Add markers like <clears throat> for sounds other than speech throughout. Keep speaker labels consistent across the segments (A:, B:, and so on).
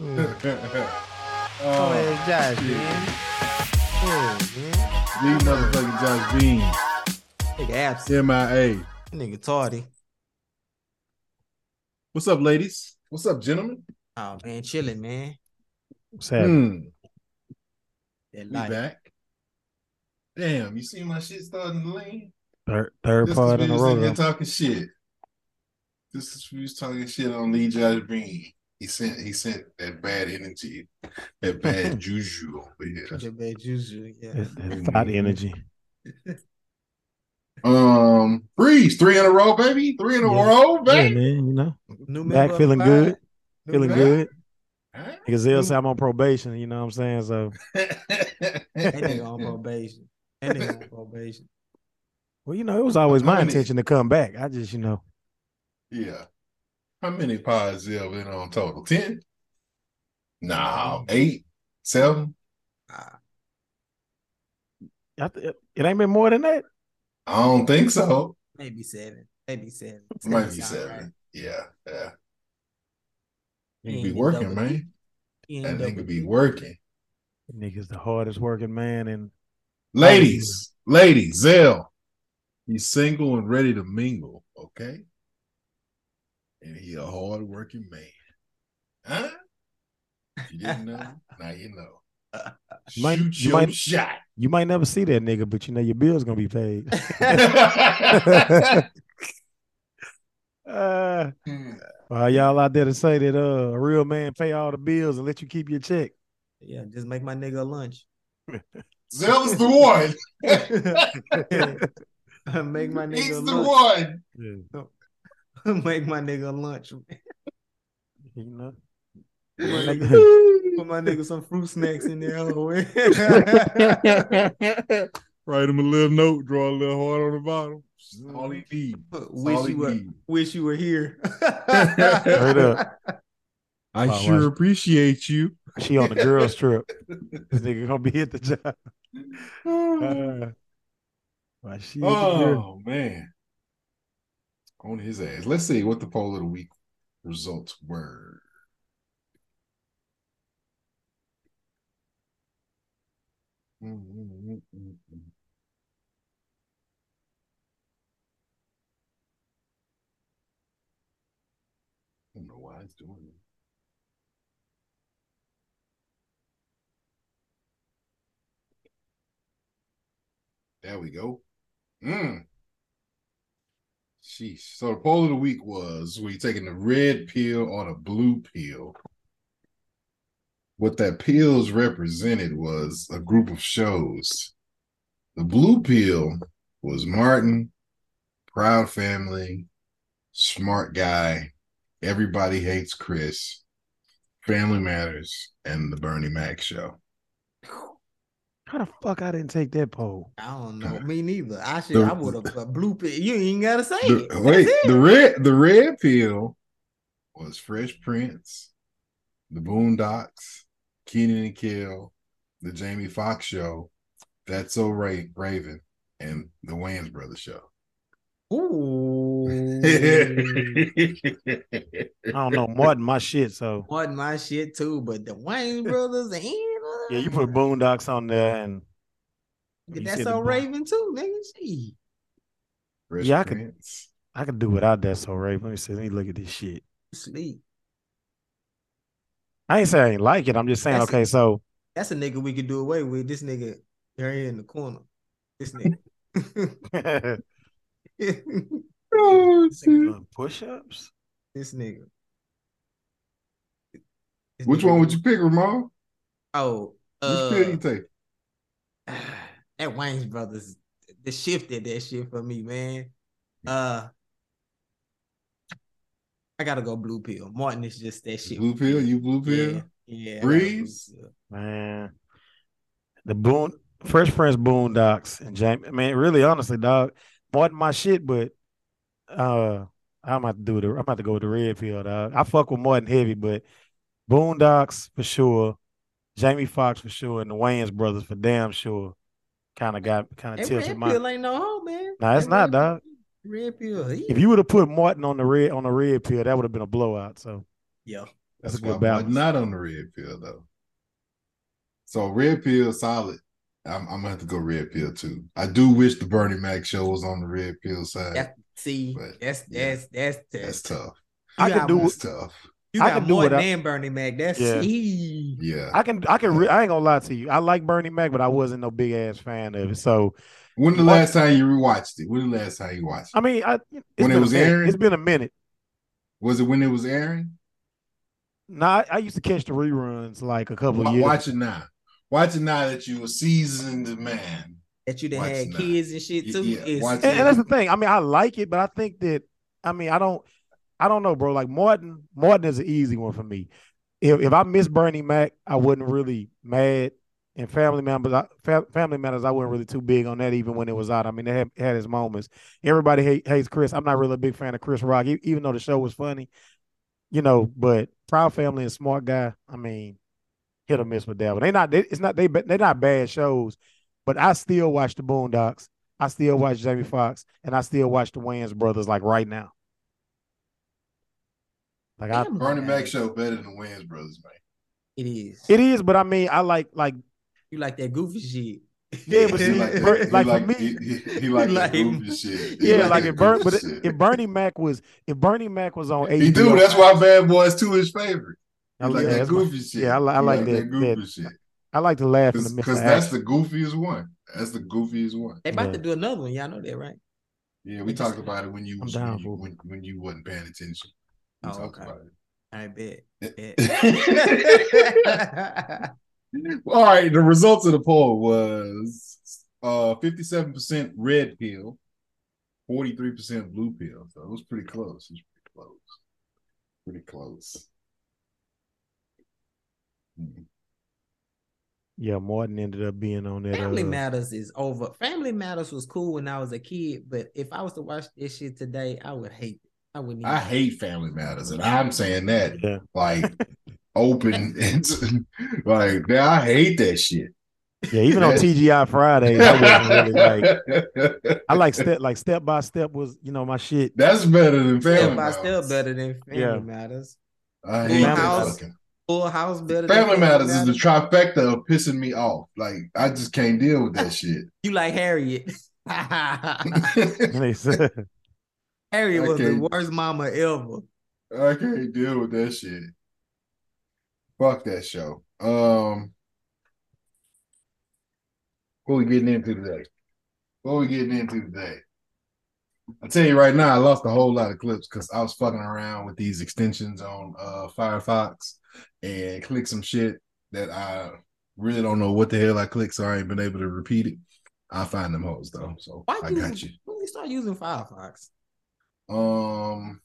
A: Mm. Oh,
B: oh,
A: yeah, Josh,
B: shit.
A: man. Yeah, man.
B: the motherfucking Josh Bean,
A: Nigga absent.
B: MIA.
A: Nigga tardy.
B: What's up, ladies? What's up, gentlemen?
A: Oh man, chilling, man.
C: What's happening?
B: Hmm,
A: That
B: we
A: life.
B: back. Damn, you see my shit starting to lean?
C: Third, third
B: Just
C: part
B: 'cause
C: in
B: we
C: a
B: was
C: row.
B: in here
C: though.
B: talking shit. This is we was talking shit on Lee Josh Bean. He sent he sent that bad energy, that bad
C: <laughs>
B: juju over here.
A: Put your bad juju, yeah.
C: It's, it's thought energy.
B: Um, Breeze, three in a row, baby. Three in a
C: Yeah.
B: row,
C: Yeah,
B: baby.
C: man. You know,
A: New
C: back
A: member of
C: feeling
A: the
C: good,
A: pod. New
C: feeling
A: member.
C: good.
B: Huh? <laughs>
C: Because they'll say I'm on probation. You know what I'm saying? So,
A: That nigga
B: <laughs>
A: on probation. That nigga on probation.
C: well, you know, it was always my
B: How many?
C: intention to come back. I just, you know,
B: yeah. How many pods there been on total? Ten? Nah, eight, seven.
A: Ah,
C: I th- it ain't been more than that.
B: I don't think so.
A: maybe seven. Maybe seven.
B: Might be
A: sound
B: seven.
A: right.
B: Yeah, yeah.
A: Ain't
B: You be
A: even
B: working,
A: double
B: man.
A: He
B: That
A: ain't
B: nigga
A: double
B: be
A: D.
B: working.
C: Nigga's the hardest working man, and
B: Ladies, ladies, Zell. He's single and ready to mingle, okay? And he a hard working man. Huh? You didn't know?
A: <laughs>
B: now you know.
A: Uh,
C: Might-
B: Shoot
C: you
B: your
C: might-
B: shot. <laughs>
C: you might never see that nigga, but you know your bill's gonna be paid. uh,
A: Hmm.
C: for y'all out there to say that uh, a real man pay all the bills and let you keep your check.
A: <laughs> Yeah, just make my nigga
B: <laughs>
A: lunch. <laughs>
B: Zell is the one.
A: make my nigga
B: He's
A: a
B: the
A: lunch.
B: one.
C: you
A: <laughs> make my nigga a lunch. man.
C: know,
B: <laughs>
A: Put my nigga some fruit snacks in there. oh, man.
B: <laughs>
C: <laughs>
B: Write him a little note, draw a little heart on the bottom. All he need.
A: <laughs> wish you were wish you were here. <laughs>
C: up.
B: I
C: Wow,
B: sure
C: wow.
B: appreciate <sighs> you.
C: she on the girls trip. This nigga gonna be at the job. Uh, why she at the girl-
B: Oh man. On his ass. Let's see what the poll of the week results were. Mm, mm, mm, mm, I don't know why it's doing it. There we go. Mm. Sheesh. So the poll of the week was were you taking the red pill or the blue pill? What that pills represented was a group of shows. The blue pill was Martin, Proud Family, Smart Guy, Everybody Hates Chris, Family Matters, and the Bernie Mac Show.
C: How the fuck I didn't take that poll?
A: I don't know. Me neither. I should.
B: The-
A: I would have a blue pill. You ain't gotta say
B: The-
A: it. That's
B: wait,
A: it.
B: the red the red pill was Fresh Prince, The Boondocks, Keenan and Kill, The Jamie Foxx Show, That's So Ra- Raven, and The Wayans Brothers Show. <laughs>
C: <laughs>
A: Ooh.
C: I don't know. Martin, my shit. So
A: Wasn't my shit too, but the Wayne brothers and
C: yeah, you put Boondocks on there, and you
A: that's
C: said
A: so
C: the-
A: Raven too, nigga. Gee.
B: Fresh
C: Yeah, I could-
B: Prince.
C: I could do without that. So right, let me see. Let me look at this shit.
A: Sleep.
C: I ain't saying I ain't like it. I'm just saying,
A: That's it. <laughs>
C: okay, so <laughs>
A: That's a nigga we could do away with. This nigga right here in the corner. This nigga. <laughs>
B: Which
C: push ups.
A: this nigga. This nigga
B: one would
A: do-
B: you pick, Ramon?
A: Oh,
B: Which
A: uh,
B: pill you take?
A: <sighs> that Wayne's brothers, the shifted that shit for me, man. Uh, I gotta go blue pill. Martin is just that shit.
B: Blue pill? You blue pill?
A: Yeah, yeah. I gotta go
B: Breeze?
A: blue pill.
C: Man. The boon Fresh Prince Boondocks and Jamie. I mean, really honestly, dog. Martin my shit, but uh I'm about to do the I'm about to go with the red pill, dog. I fuck with Martin Heavy, but Boondocks for sure. Jamie Foxx for sure, and the Wayans brothers for damn sure. Kind of got kind of
A: That
C: tilted
A: red
C: my
A: pill ain't no home, man.
C: Nah, it's
A: That
C: not,
A: red-
C: dog.
A: Red pill. he-
C: If you would have put Martin on the red on the red pill, that would have been a blowout. So
A: Yeah.
B: That's,
C: That's a good
B: why I'm
C: balance.
B: not on the red pill though. So red pill solid. I'm, I'm gonna have to go red pill too. I do wish the Bernie Mac show was on the red pill side.
A: That's- See,
B: But,
A: that's
B: yeah.
A: that's that's
B: That's
A: that's
B: tough.
C: I
A: You
C: can
A: got
C: do
B: That's tough.
A: you
C: I
A: got
C: can do
A: more
C: what I-
A: than Bernie Mac. That's
C: Yeah.
A: he.
B: Yeah.
C: I can I can re- I ain't gonna lie to you. I like Bernie Mac, but I wasn't no big ass fan of it. So
B: When the
C: What-
B: last time you rewatched it? When the last time you watched it?
C: I mean, I it's
B: When it
C: been a
B: was
C: minute.
B: airing?
C: it's been a minute.
B: Was it when it was airing?
C: Nah, I, I used to catch the reruns like a couple of
B: Wa-
C: years.
B: Watch it now. Watch it now that you a seasoned man.
A: That you done
B: Watch
A: had
B: now.
A: kids and shit
B: Y-
A: too.
B: yeah,
A: It's-
B: watch
C: and, and that's the thing. I mean, I like it, but I think that I mean, I don't, I don't know, bro. Like Martin, Martin is an easy one for me. If if I miss Bernie Mac, I wasn't really mad. And Family Matters, I- Fa- Family Matters, I wasn't really too big on that even when it was out. I mean, it had, it had its moments. Everybody hate, hates Chris. I'm not really a big fan of Chris Rock, e- even though the show was funny, you know. But Proud Family and Smart Guy, I mean, hit or miss with that one. They not, they, it's not they, ba- they not bad shows, but I still watch the Boondocks. I still watch Jamie Foxx and I still watch the Wayans brothers like right now. Like I,
A: Damn,
B: Bernie Mac
A: Mac.
B: show better than the Wayans brothers, man.
A: It is.
C: it is, but I mean, I like like
A: you like that goofy shit.
C: Yeah,
B: <laughs>
C: but
B: he
C: see,
B: like,
C: Bert-
B: he
C: like
B: like,
C: for me-
B: he,
A: <laughs>
B: he- he like, that
A: Like-
B: goofy shit. He
C: yeah, like
B: that
C: if Bernie, but
B: goofy shit. <laughs>
C: if Bernie Mac was if Bernie Mac was on
B: he do.
C: HBO
B: That's why Bad Boys Two is favorite. He
C: I,
B: like
C: yeah,
B: that
C: that's my-
B: goofy shit.
C: yeah, I li- I
B: He
C: like that-
B: goofy
C: that-
B: shit.
C: I like to laugh in the midst of
B: Because that's
C: action.
B: the goofiest one. That's the goofiest one.
A: They about
C: Yeah.
A: to do another one. Y'all know that, right?
B: Yeah, we talked about it when you
C: I'm
B: was
C: down
B: when you,
C: for it.
B: when, when you wasn't paying attention. We
A: Oh,
B: talked
A: okay.
B: about
A: I bet.
B: <laughs>
C: <laughs>
A: bet.
B: it. All right, the results of the poll was uh 57% red pill, 43% blue pill. So it was pretty close. It was pretty close. Pretty close. Hmm.
C: Yeah, Martin ended up being on that.
A: Family
C: uh,
A: Matters is over. Family Matters was cool when I was a kid, but if I was to watch this shit today, I would hate it. I wouldn't. Even
B: I hate Family Matters, and I'm saying that
C: yeah,
B: like
A: <laughs>
B: open and like man, I hate that shit.
C: yeah. Even on TGI Fridays, I wasn't really
B: <laughs>
C: like. I like step like step by step was you know my shit. <laughs>
B: That's better than Family
A: Step by
B: Matters.
A: step better than Family
C: Yeah.
A: Matters.
B: I
A: Full
B: hate that
A: House.
B: fucking.
A: Full House better. than
B: Family Matters is the trifecta of pissing me off. Like I just can't deal
A: <laughs>
B: with that shit. <laughs>
A: You like Harriet? <laughs> Harriet
C: And they said,
A: was
B: Okay.
A: the worst mama ever.
B: I can't deal with that shit. Fuck that show. Um, what we getting into today? What we getting into today? I tell you right now, I lost a whole lot of clips because I was fucking around with these extensions on uh Firefox and click some shit that I really don't know what the hell I clicked, so I ain't been able to repeat it. I find them hoes though, so
A: Why
B: I
A: you,
B: got you.
A: When you start using Firefox?
B: Um,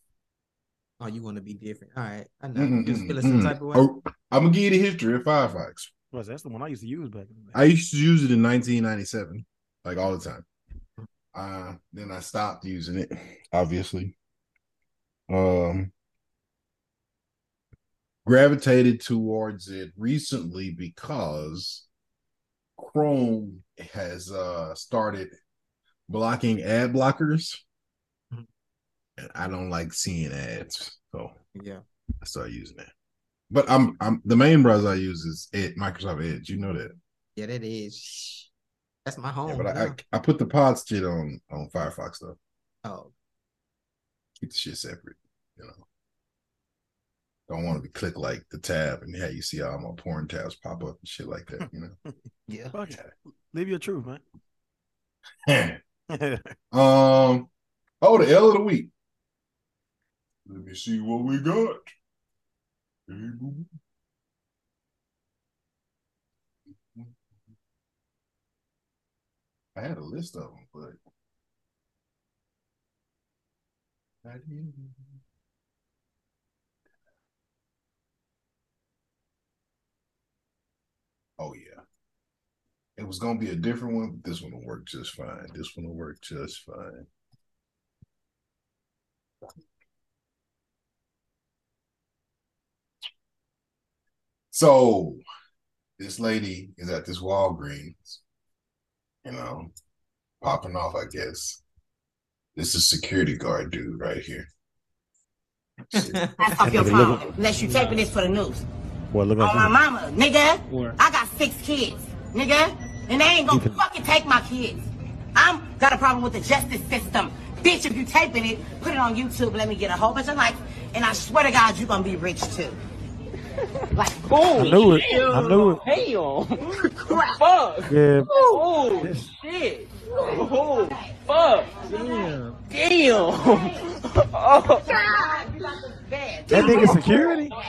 A: Oh, you want to be different? All right, I know.
B: Mm-mm,
A: You was feeling some
B: mm-mm, mm.
A: type of way.
B: Oh, I'm gonna give you the history of Firefox.
C: "Was that's the one I used to use back in the day."
B: I used to use it in 1997, like all the time. Uh, then I stopped using it, obviously. Um, gravitated towards it recently because Chrome has uh started blocking ad blockers,
A: Mhm.
B: and I don't like seeing ads, so
A: Yeah,
B: I started using that. But I'm I'm the main browser I use is Ed, Microsoft Edge. You know that.
A: yeah, that is. That's my home.
B: Yeah, but I,
A: now.
B: I I put the pod shit on on Firefox though.
A: oh,
B: Keep the shit separate. You know. Don't want to be click like the tab and how you see all my porn tabs pop up and shit like that. You know.
A: yeah.
C: Fuck it. Live your truth, man.
B: <laughs> um. Oh, the L of the week. Let me see what we got. I had a list of them, but I didn't. Oh yeah. It was gonna be a different one, but this one will work just fine. This one will work just fine. So this lady is at this Walgreens, you know, popping off, I guess. This is security guard dude right here. Shit.
D: That's off your
C: Nigga, look
D: phone.
C: at-
D: Unless you taping this for the news.
C: <laughs> Boy, look
D: On my
C: at
D: mama, nigga.
E: Word.
D: I got six kids, nigga. And they ain't gonna
C: You can-
D: fucking take my kids. I'm got a problem with the justice system. Bitch, if you taping it, put it on YouTube, let me get a whole bunch of likes, and I swear to God you gonna be rich too. like
E: Boom.
C: I knew it. I knew it. <laughs>
E: Damn.
D: crap.
E: Fuck.
C: Yeah,
E: Oh shit. Oh fuck. Damn. Oh.
D: God, you got the bad.
C: that nigga security.
D: I hope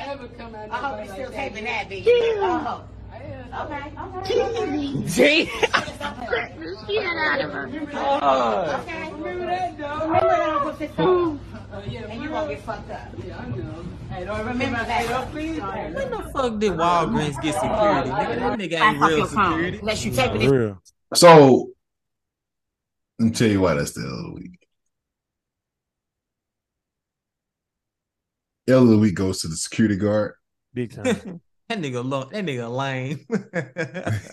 D: you still taping that bitch. Oh. Okay, okay.
E: Damn.
D: Okay. Remember that, dog. Remember that Uncle Cicero. And you gonna get fucked up. Yeah, I know. Hey, don't remember
A: <laughs>
D: that.
A: When the fuck did Walgreens get security? Nigga, that nigga ain't
D: That's off
A: real
D: your phone.
A: security.
D: Unless you
C: For
D: taping it.
C: real.
B: So let me tell you why that's the L of the week. L of the week goes to the security guard. <laughs>
C: Big time.
A: <laughs> That nigga look. That nigga lame.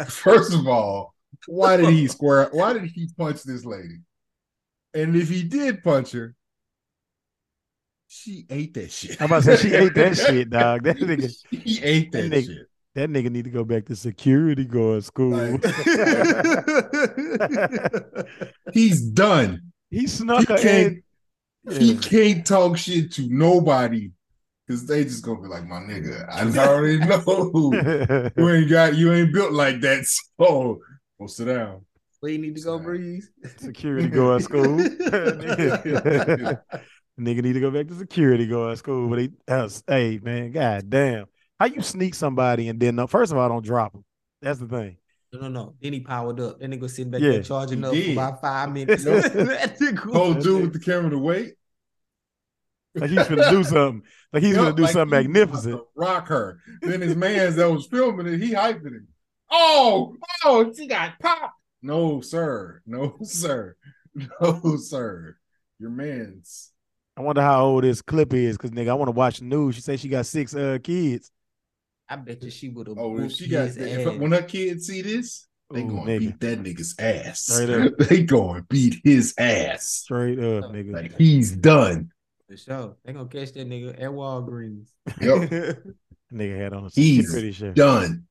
A: <laughs>
B: First of all, why did he square? Why did he punch this lady? And if he did punch her, she ate that shit.
C: I'm about to say she
B: <laughs>
C: ate that shit, dog. That nigga-
B: She ate that,
C: that nigga-
B: shit.
C: <laughs> That nigga need to go back to security guard school.
B: He's done.
C: <laughs> he
B: He
C: snuck her
B: can't.
C: in.
B: He
C: Yeah.
B: can't talk shit to nobody because they just gonna be like, "My nigga,
C: <laughs>
B: I already know you ain't got you ain't built like that." <laughs> So, go sit down.
A: Where you need to go, Breeze?
C: security
B: <laughs>
C: guard school. <laughs> nigga need to go back to security guard school. But he, that's- hey man, god damn, how you sneak somebody and then no, first of all, don't drop him. That's the thing.
A: No, no, no. Then he powered up. That nigga sitting back
C: Yeah,
A: there charging
B: he
A: up for
B: did. Oh.
A: about five
B: <laughs>
A: minutes.
C: Nope.
A: <laughs> That nigga was-
B: Old dude with the camera to wait.
C: Like he's
B: <laughs>
C: gonna do something. Like he's
B: Yup,
C: gonna do
B: like
C: something
B: he was about <laughs>
C: magnificent.
B: to Rock her. Then his man's that was filming it, he hyped it. Oh, oh, she got popped. No, sir. No, <laughs> sir. No, sir. Your man's.
C: I wonder how old this clip is, cause nigga, I want to watch the news. She said she got six uh kids.
A: I bet you she would have.
B: Oh, if she got if, when her kids see this, they
C: Ooh,
B: gonna
C: nigga.
B: beat that nigga's ass. <laughs>
C: Straight up.
B: They gonna beat his ass.
C: Straight up,
B: Like
C: nigga.
B: he's done.
A: For sure. They gonna catch that nigga at Walgreens.
C: <laughs>
B: Yep,
C: nigga had on a
B: He's
C: security shirt.
B: done.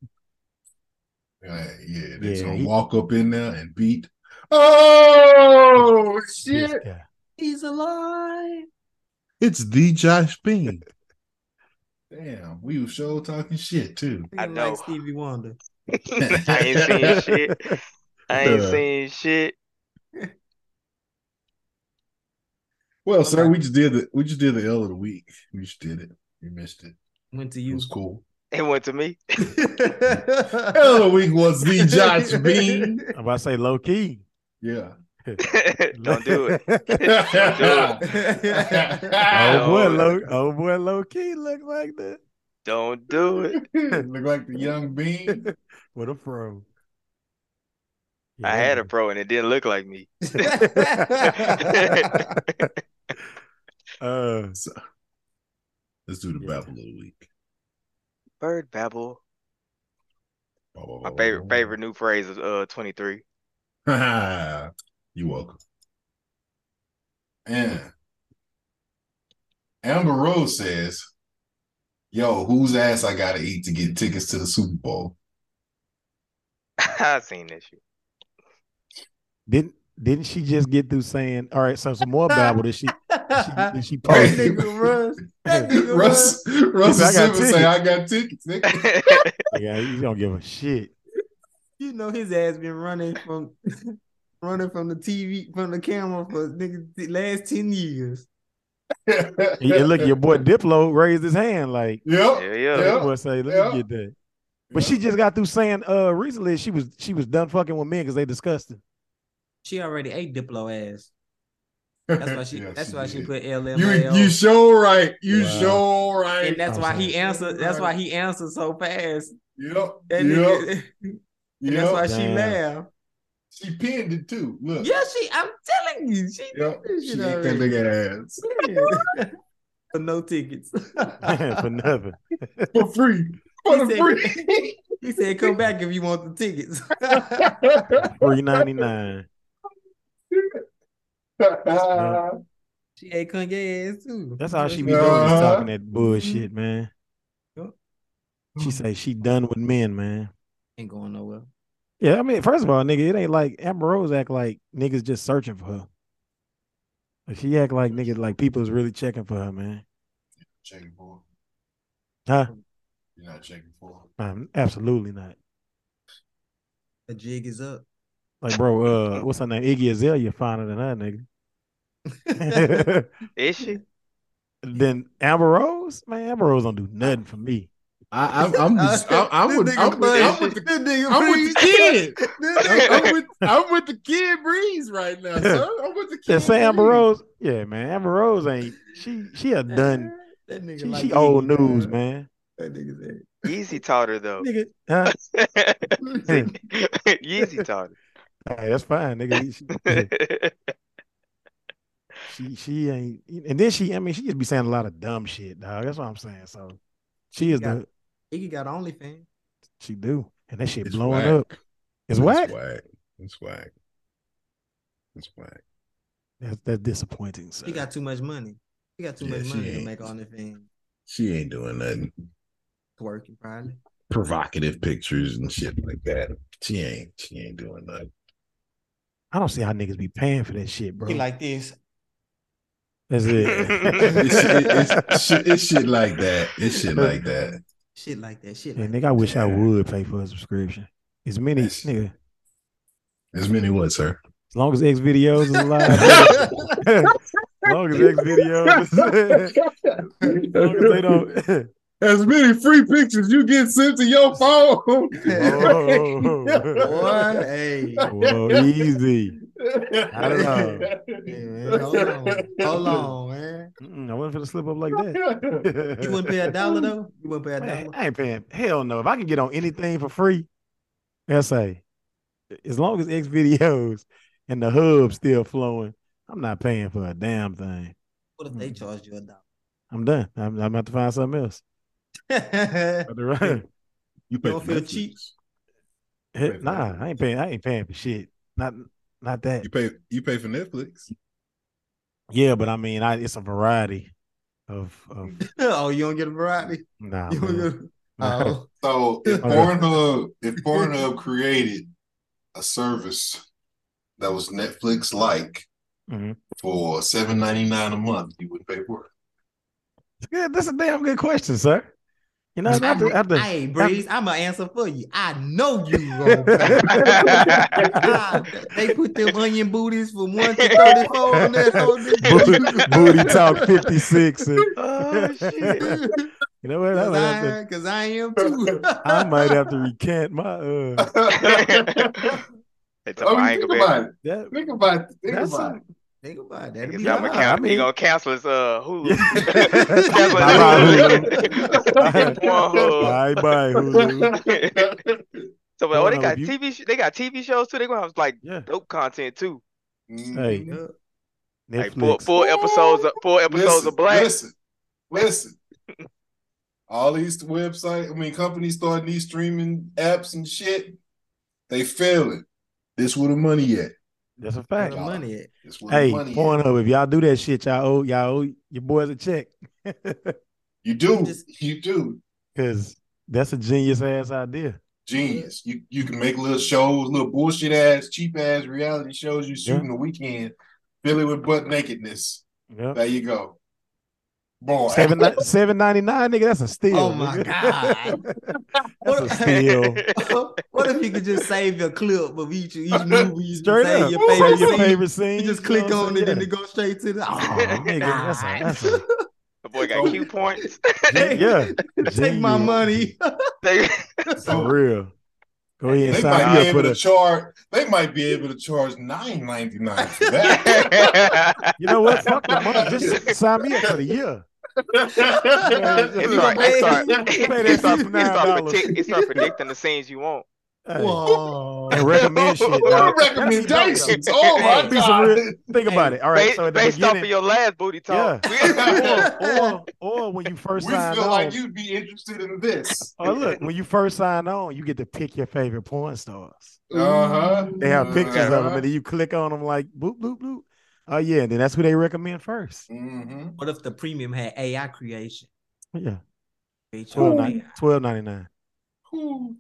B: Uh, yeah, they're
C: Yeah,
B: gonna
C: he-
B: walk up in there and beat. Oh
C: This
B: shit!
C: guy.
A: He's alive.
B: It's the Josh Bean. Damn, we were sure talking shit too.
A: I
F: I
A: know.
F: know.
A: Like Stevie Wonder.
F: <laughs> I ain't seen shit. I ain't
B: Yeah.
F: seen shit.
B: Well, sir, we just did the we just did the L of the week. We just did it. We missed it.
A: Went to
B: It <laughs>
A: you.
B: was cool.
F: It went to me. <laughs>
B: L of the week was the Josh
C: <laughs>
B: Bean. <laughs>
C: I'm about to say low key.
B: Yeah.
F: Don't
C: <laughs>
F: do it.
C: oh
B: <laughs>
F: Don't
C: boy,
F: do it.
C: low. Oh boy, low key look like that.
F: Don't do it.
B: <laughs> Look like
C: <laughs>
B: the young Bean.
C: What a pro.
F: I had a pro and it didn't look like me.
C: <laughs> uh,
B: So, let's do the Babble of the week.
F: Bird babble.
B: Bah, bah,
F: My
B: bah,
F: favorite
B: bah,
F: favorite new phrase of uh 23.
B: bah. <laughs> You're welcome. And Amber Rose says, Yo, whose ass I gotta eat to get tickets to the Super
C: <laughs>
B: Bowl?
F: <laughs> I seen this shit. <laughs>
C: didn't didn't she just get through saying, "All right, so some more Bible"? Did she? She, did
F: <laughs>
C: she
A: That
C: posted.
A: nigga Russ.
B: <laughs>
A: That nigga Russ.
B: Russ Russell
C: I got
B: Simmons say I got tickets. nigga."
C: Yeah, you don't give a shit.
A: You know his ass been running from <laughs> running from the TV from the camera for nigga the last ten years.
C: <laughs> And you- look,
B: <laughs>
C: your boy Diplo raised his hand like,
B: Yep.
F: Yeah,
B: Yeah.
F: yeah.
C: "Boy, say, let
B: Yeah.
C: me get that." But
B: <laughs>
C: she just got through saying, "Uh, recently she was she was done fucking with men because they disgusted."
A: She already ate Diplo ass. That's why she.
B: <laughs> Yeah,
A: that's why she
B: did.
A: put
B: You
A: LMAO.
B: you sure right. You
C: Wow.
B: sure right.
A: and that's
C: I'm
A: why he
C: sorry.
A: answered. That's why he answered so fast.
B: Yep.
A: That
B: yep.
A: nigga- <laughs> and
B: Yep.
A: that's why she
C: Damn.
A: laughed.
B: she pinned it too. Look.
A: Yeah, she. I'm telling you, she.
B: Yep.
A: did this
B: She
A: shit
B: ate that
A: already.
B: nigga ass
A: Yeah. For no <laughs> tickets.
C: <laughs> for nothing.
B: <laughs> for free. For the
A: said-
B: free.
A: he said, "Come back if you want the tickets." <laughs>
C: Three ninety nine.
A: She ate Kanye ass too.
C: That's all she be
B: Uh-huh.
C: doing is talking that bullshit, man.
A: Yup.
C: She
A: Mm-hmm.
C: say she done with men, man.
A: ain't going nowhere.
C: Yeah, I mean, first of all, nigga, it ain't like Amber Rose act like niggas just searching for her. Like, she act like niggas like people's really checking for her, man.
B: Checking for him.
C: Huh?
B: You're not checking for him.
C: Um, absolutely not.
A: The jig is up. <laughs>
C: Like, bro, uh, what's her name? Iggy Azalea finer than her, nigga. <laughs>
F: Is she?
C: then Amber Rose, man, Amber Rose don't do nothing for me.
B: I, I'm, <laughs> I'm,
A: Uh,
B: with- I'm, I'm, with,
A: this
B: I'm,
A: nigga
B: with,
A: Bud-
B: I'm with the
A: this nigga
B: I'm with the kid.
A: <laughs> This
B: I'm,
A: nigga-
B: I'm with, I'm with the kid <laughs> Breeze right now, son. I'm with the kid.
C: Yeah, say Amber
B: Breeze.
C: Rose, yeah, man, Amber Rose ain't she? She a done.
A: That nigga
C: She,
A: like
C: she old
A: Iggy,
C: news,
A: man.
C: man.
A: That nigga's ass.
F: Yeezy taught her though. <laughs>
C: Nigga, huh?
F: Yeezy taught
C: Hey, that's fine,
A: <laughs>
C: nigga. She,
F: her.
C: she she ain't, and then she. I mean, she just be saying a lot of dumb shit, dog. That's what I'm saying. So she is
A: Yeah.
C: the
A: Iggy got OnlyFans.
C: she do, and that shit
B: It's
C: blowing
B: whack.
C: up. It's whack.
B: It's whack. It's whack. It's whack.
C: That's that's disappointing. So
A: She got too much money. She got too
B: Yeah,
A: much
B: she
A: money to
B: ain't.
A: make OnlyFans.
B: She ain't doing nothing
A: Twerking probably.
B: provocative pictures and shit like that. She ain't. She ain't doing nothing.
C: I don't see how niggas be paying for that shit, bro.
A: He like this.
C: that's it.
B: It's,
C: <laughs>
B: it's, it's, shit, it's shit like that. It's shit like that.
A: Shit like that. Shit
C: Yeah,
A: like
C: nigga, I wish I would pay for a subscription. As many
B: That's-
C: nigga,
B: As many what,
C: <laughs>
B: sir?
C: as long as X videos is
A: <laughs>
C: alive. as long as X videos, <laughs> as long as they don't. <laughs>
B: As many free pictures you get sent to
A: <laughs>
B: your phone.
A: that. <laughs>
C: Whoa,
A: Boy, hey.
C: whoa, easy.
B: I
C: don't
A: Hey, man, hold on. Hold on, man.
C: Mm-mm, I wasn't finna slip up like that.
A: You
C: <laughs>
A: wouldn't pay a dollar though? You wouldn't pay a
C: Man,
A: dollar?
C: I ain't paying. Hell no. If I can get on anything for free, I say, as long as X videos and the hub's still flowing, I'm not paying for a damn thing.
A: What if they charged you a dollar?
C: I'm done. I'm, I'm about to find something else.
A: That's
C: About to run.
B: You pay
A: don't
B: for
A: feel
B: Netflix.
A: cheap?
C: Hell,
B: Wait, wait,
C: nah,
B: wait.
C: I ain't paying. I ain't paying for shit. Not not that.
B: You pay. You pay for Netflix.
C: Yeah, but I mean, I it's a variety of of.
A: <laughs> oh, you don't get a variety?
C: Nah,
A: You don't
C: man. <laughs>
A: get oh.
B: So if
A: Okay.
B: Pornhub, if Pornhub created a service that was Netflix like
C: Mhm.
B: for seven ninety nine a month, you would pay
C: <laughs>
B: for it.
C: Yeah, that's a damn good question, sir. You know, I have to, I have to-
A: Hey, Breeze, I'm gonna answer for you. I know you
C: <laughs>
A: wrong. God, they put them onion booties from one to thirty-four on that whole
C: Booty, booty talk fifty six. You
F: <laughs> oh
B: <laughs>
F: shit. <laughs>
C: know what? I,
A: <laughs> Cause
C: would have to,
A: I, 'cause I am too. <laughs>
C: I might have to recant my uh.
F: It's a
B: I mean,
F: I ain't
B: Oh, think
F: gonna be-
B: about it.
C: That,
B: Think about it. Think
C: that's
B: about it.
A: Think about it. That'd
F: Nigga, I'm
A: be
C: Y'all
F: gonna
A: wild.
C: count.
F: count-
C: I
F: he
C: mean-
F: gonna cancel us, uh, Hulu.
C: Yeah. <laughs>
F: <laughs>
C: Bye-bye,
F: Cancel us Hulu. <laughs> Pornhub.
C: bye bye Hulu.
F: <laughs> So, but, oh, they
C: Pornhub,
F: got
C: you-
F: TV. Sh- they got TV shows too. They gonna have like
C: Yeah,
F: dope content too.
C: <laughs> Hey,
B: Mhm.
F: Like four,
C: Netflix.
F: four episodes. Of, four episodes
B: Listen,
F: of Black.
B: Listen, listen. <laughs> All these website, I mean, companies starting these streaming apps and shit, they failing. This where the money at?
C: That's a
A: Where
C: fact.
A: the money at?
B: This where
C: Hey,
B: the money at.
C: Pornhub, if y'all do that shit, y'all owe y'all owe your boys a check.
B: You do,
A: Just-
B: you do.
C: Cause that's a genius ass idea.
B: Genius. You you can make little shows, little bullshit ass, cheap ass reality shows you shoot
C: Yeah.
B: in the weekend. Fill it with butt nakedness.
C: Yeah.
B: There you go. Boy.
C: Seven seven ninety nine, nigga. That's a steal.
A: Oh my
C: <laughs> nigga.
A: God.
C: that's a
A: What- <laughs>
F: <laughs>
C: steal.
A: <laughs> what if you could just save your clip of each
C: <laughs>
A: each movie? You just
C: Straight
A: save
C: up.
A: your favorite,
C: your
A: scene.
C: favorite scene.
A: You just
C: you know
A: click
C: what I'm
A: on
C: saying?
A: it and it goes straight to the.
C: Oh,
A: Oh, <laughs>
C: nigga, that's a, that's a,
F: The boy got
C: <laughs>
F: cue points. <laughs>
C: gen- yeah,
A: Take my
C: Genius.
A: money. <laughs>
F: They-
B: So-
C: for real. Go ahead and
B: They
C: sign
B: might
C: me
B: be
C: up for
B: able to
C: the.
B: charge. They might be able to charge nine ninety nine for that.
C: You know what? Fuck
B: <laughs>
C: the money. Just sign me up for the year.
F: it's all right. It's all
A: <laughs>
F: right.
C: Pay that
F: It's all- it's
C: $69.
F: all predict- it's all predicting the scenes you want.
C: <laughs> Hey,
A: Whoa.
C: and recommend shit.
B: <laughs>
C: dog.
B: recommendations. Oh my
C: Be some
B: god.
C: real- Think about it. All right.
F: Based,
C: So at the
F: based off
C: beginning,
F: of your last booty talk.
B: Yeah.
C: or, or, or when you
B: <laughs>
C: first
B: We
C: sign
B: feel
C: on,
B: like you'd be interested in this.
C: oh look, when you first sign on, you get to pick your favorite porn stars.
B: Uh huh.
C: They have pictures of them,
B: Uh-huh.
C: and then you click on them like boop boop boop. Oh yeah, then that's who they recommend first.
B: Mm-hmm.
A: What if the premium had AI creation?
C: Yeah,
A: Bitch,
C: twelve
A: oh,
C: ninety twelve ninety nine.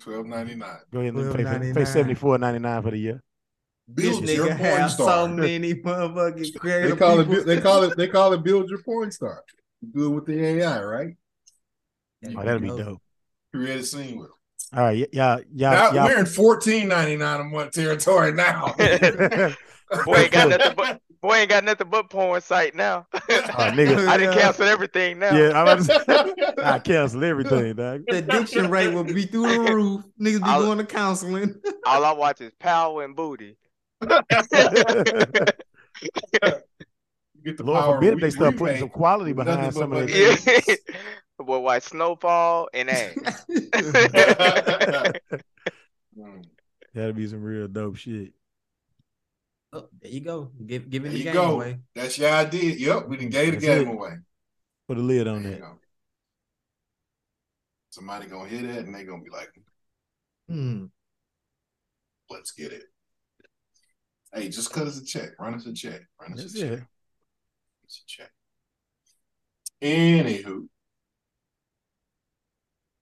B: Twelve ninety nine.
C: Go ahead and pay, for- pay
A: $12.99.
C: seventy four ninety nine for the year.
A: This
B: Build
A: nigga
B: your porn
A: have so
B: star.
A: many motherfucking
B: They
A: creative
B: call it.
A: people.
B: bu- They call it. They call it. Build your porn star. Do it with the AI, right?
C: Oh, that'd be dope.
B: Create a scene with. Them.
C: All right, y- y'all,
B: Now,
C: y'all, y'all.
B: We're in fourteen ninety nine a month territory
C: <laughs>
B: now.
F: <laughs> Boy ain't got nothing but boy ain't got nothing but porn site now.
C: Oh,
F: <laughs>
C: nigga.
F: I didn't cancel everything now.
C: Yeah, I'm about to I cancel
B: <laughs>
C: everything, dog.
A: The addiction rate will be through <laughs> the roof. Niggas be
F: I'll-
A: going to counseling.
F: All I watch is power and
A: <laughs>
F: booty. <laughs>
B: Get the
C: Lord
B: power
C: forbid if
B: we-
C: they start
B: we
C: putting
B: make.
C: some quality
B: Nothing
C: behind
B: but
C: some of
B: money.
C: this.
F: Yeah. Boy, watch Snowfall and
A: <laughs>
F: ass.
B: <laughs> Mm.
C: That'd be some real dope shit.
A: Oh, there you go. Give, giving
B: There
A: the
B: you
A: game
B: go.
A: away.
B: That's your idea. Yep, we done gave the
C: That's
B: game
C: it.
B: away.
C: Put a lid
B: There
C: on
B: you
C: that.
B: go. Somebody gonna hear that and they gonna be like,
A: Hmm.
B: let's get it. Hey, just cut us a check. Run us a check. Run us
C: That's
B: a check.
C: it.
B: Run us a check. Anywho,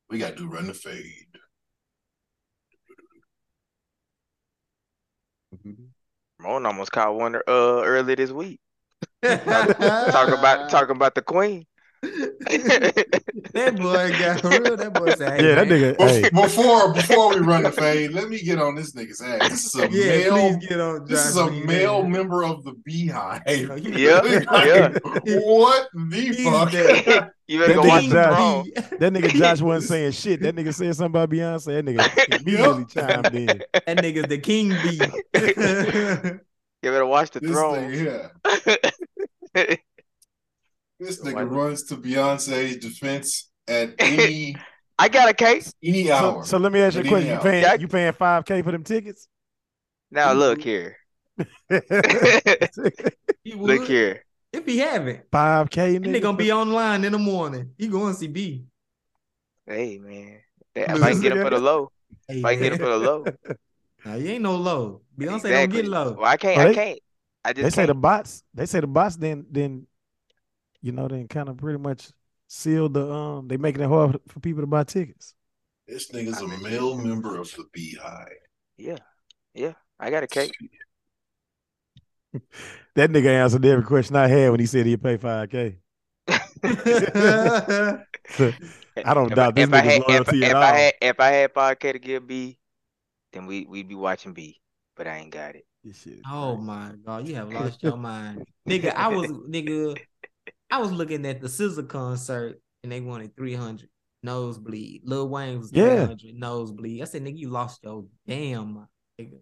B: we gotta do run the fade.
F: Ramon almost caught one uh earlier this week. Talking about
A: <laughs>
F: talking about the queen. <laughs>
B: <laughs>
A: That boy got <laughs> real. That boy said, hey,
C: Yeah, that
A: man,
C: nigga. Hey,
B: <laughs> Before before we run the fade, let me get on this nigga's ass. This is a
A: <laughs> Yeah,
B: male.
A: please get on.
B: This is
A: Josh
B: a
A: Green,
B: male
A: man.
B: member of the Beehive.
A: Yeah,
B: <laughs> Like,
F: yeah.
B: What the
A: He's
B: fuck?
A: dead.
F: you better go
C: That
F: watch
C: nigga
F: the
C: Josh-
F: throne.
C: that nigga Josh wasn't saying shit. That nigga said something about Beyonce. That
B: <laughs>
C: nigga immediately chimed in.
A: That nigga's the king bee.
F: You better watch the
B: This
F: throne.
B: thing, yeah.
F: <laughs>
B: This
F: Why-
B: nigga runs to Beyonce's defense at any
F: I got a case.
B: any
C: So,
B: hour.
C: so let me ask you a
B: Anyhow.
C: question. You
F: Yeah.
C: paying you paying five k for them tickets?
F: Now look
A: <laughs>
F: here.
A: <laughs>
F: <laughs>
A: He
F: look
A: would,
F: here.
A: If he haven't,
C: Five k.
A: and they gonna be online in the morning. He going to see B.
F: Hey man. That- I might get him for the low. If I can get him for the low.
A: <laughs> Nah, he ain't no low. Beyonce don't
F: Exactly.
A: get low.
F: Well, I can't.
C: Well,
F: I
C: they-
F: can't. I
C: They
F: just
C: say the
F: can't.
C: bots. They say the bots. Then then, you know, then kind of pretty much seal the um. They making it hard for people to buy tickets.
B: This nigga's a male member of the Beehive.
F: yeah, yeah. I got a case.
C: That nigga answered every question I had when he said he'd pay five k.
A: <laughs>
F: <laughs>
C: I don't
F: If
C: doubt this
F: if I
C: nigga's
F: had, if,
C: loyalty at
F: if I
C: all.
F: had if I had five K to give B, then we we'd be watching B. But I ain't got it.
C: This shit is
A: oh my god, you have lost
C: <laughs>
A: your mind, nigga. I was nigga, I was looking at the Scissor concert and they wanted three hundred nosebleed. Lil Wayne was three
C: Yeah.
A: hundred nosebleed. I said, nigga, you lost your damn mind, nigga.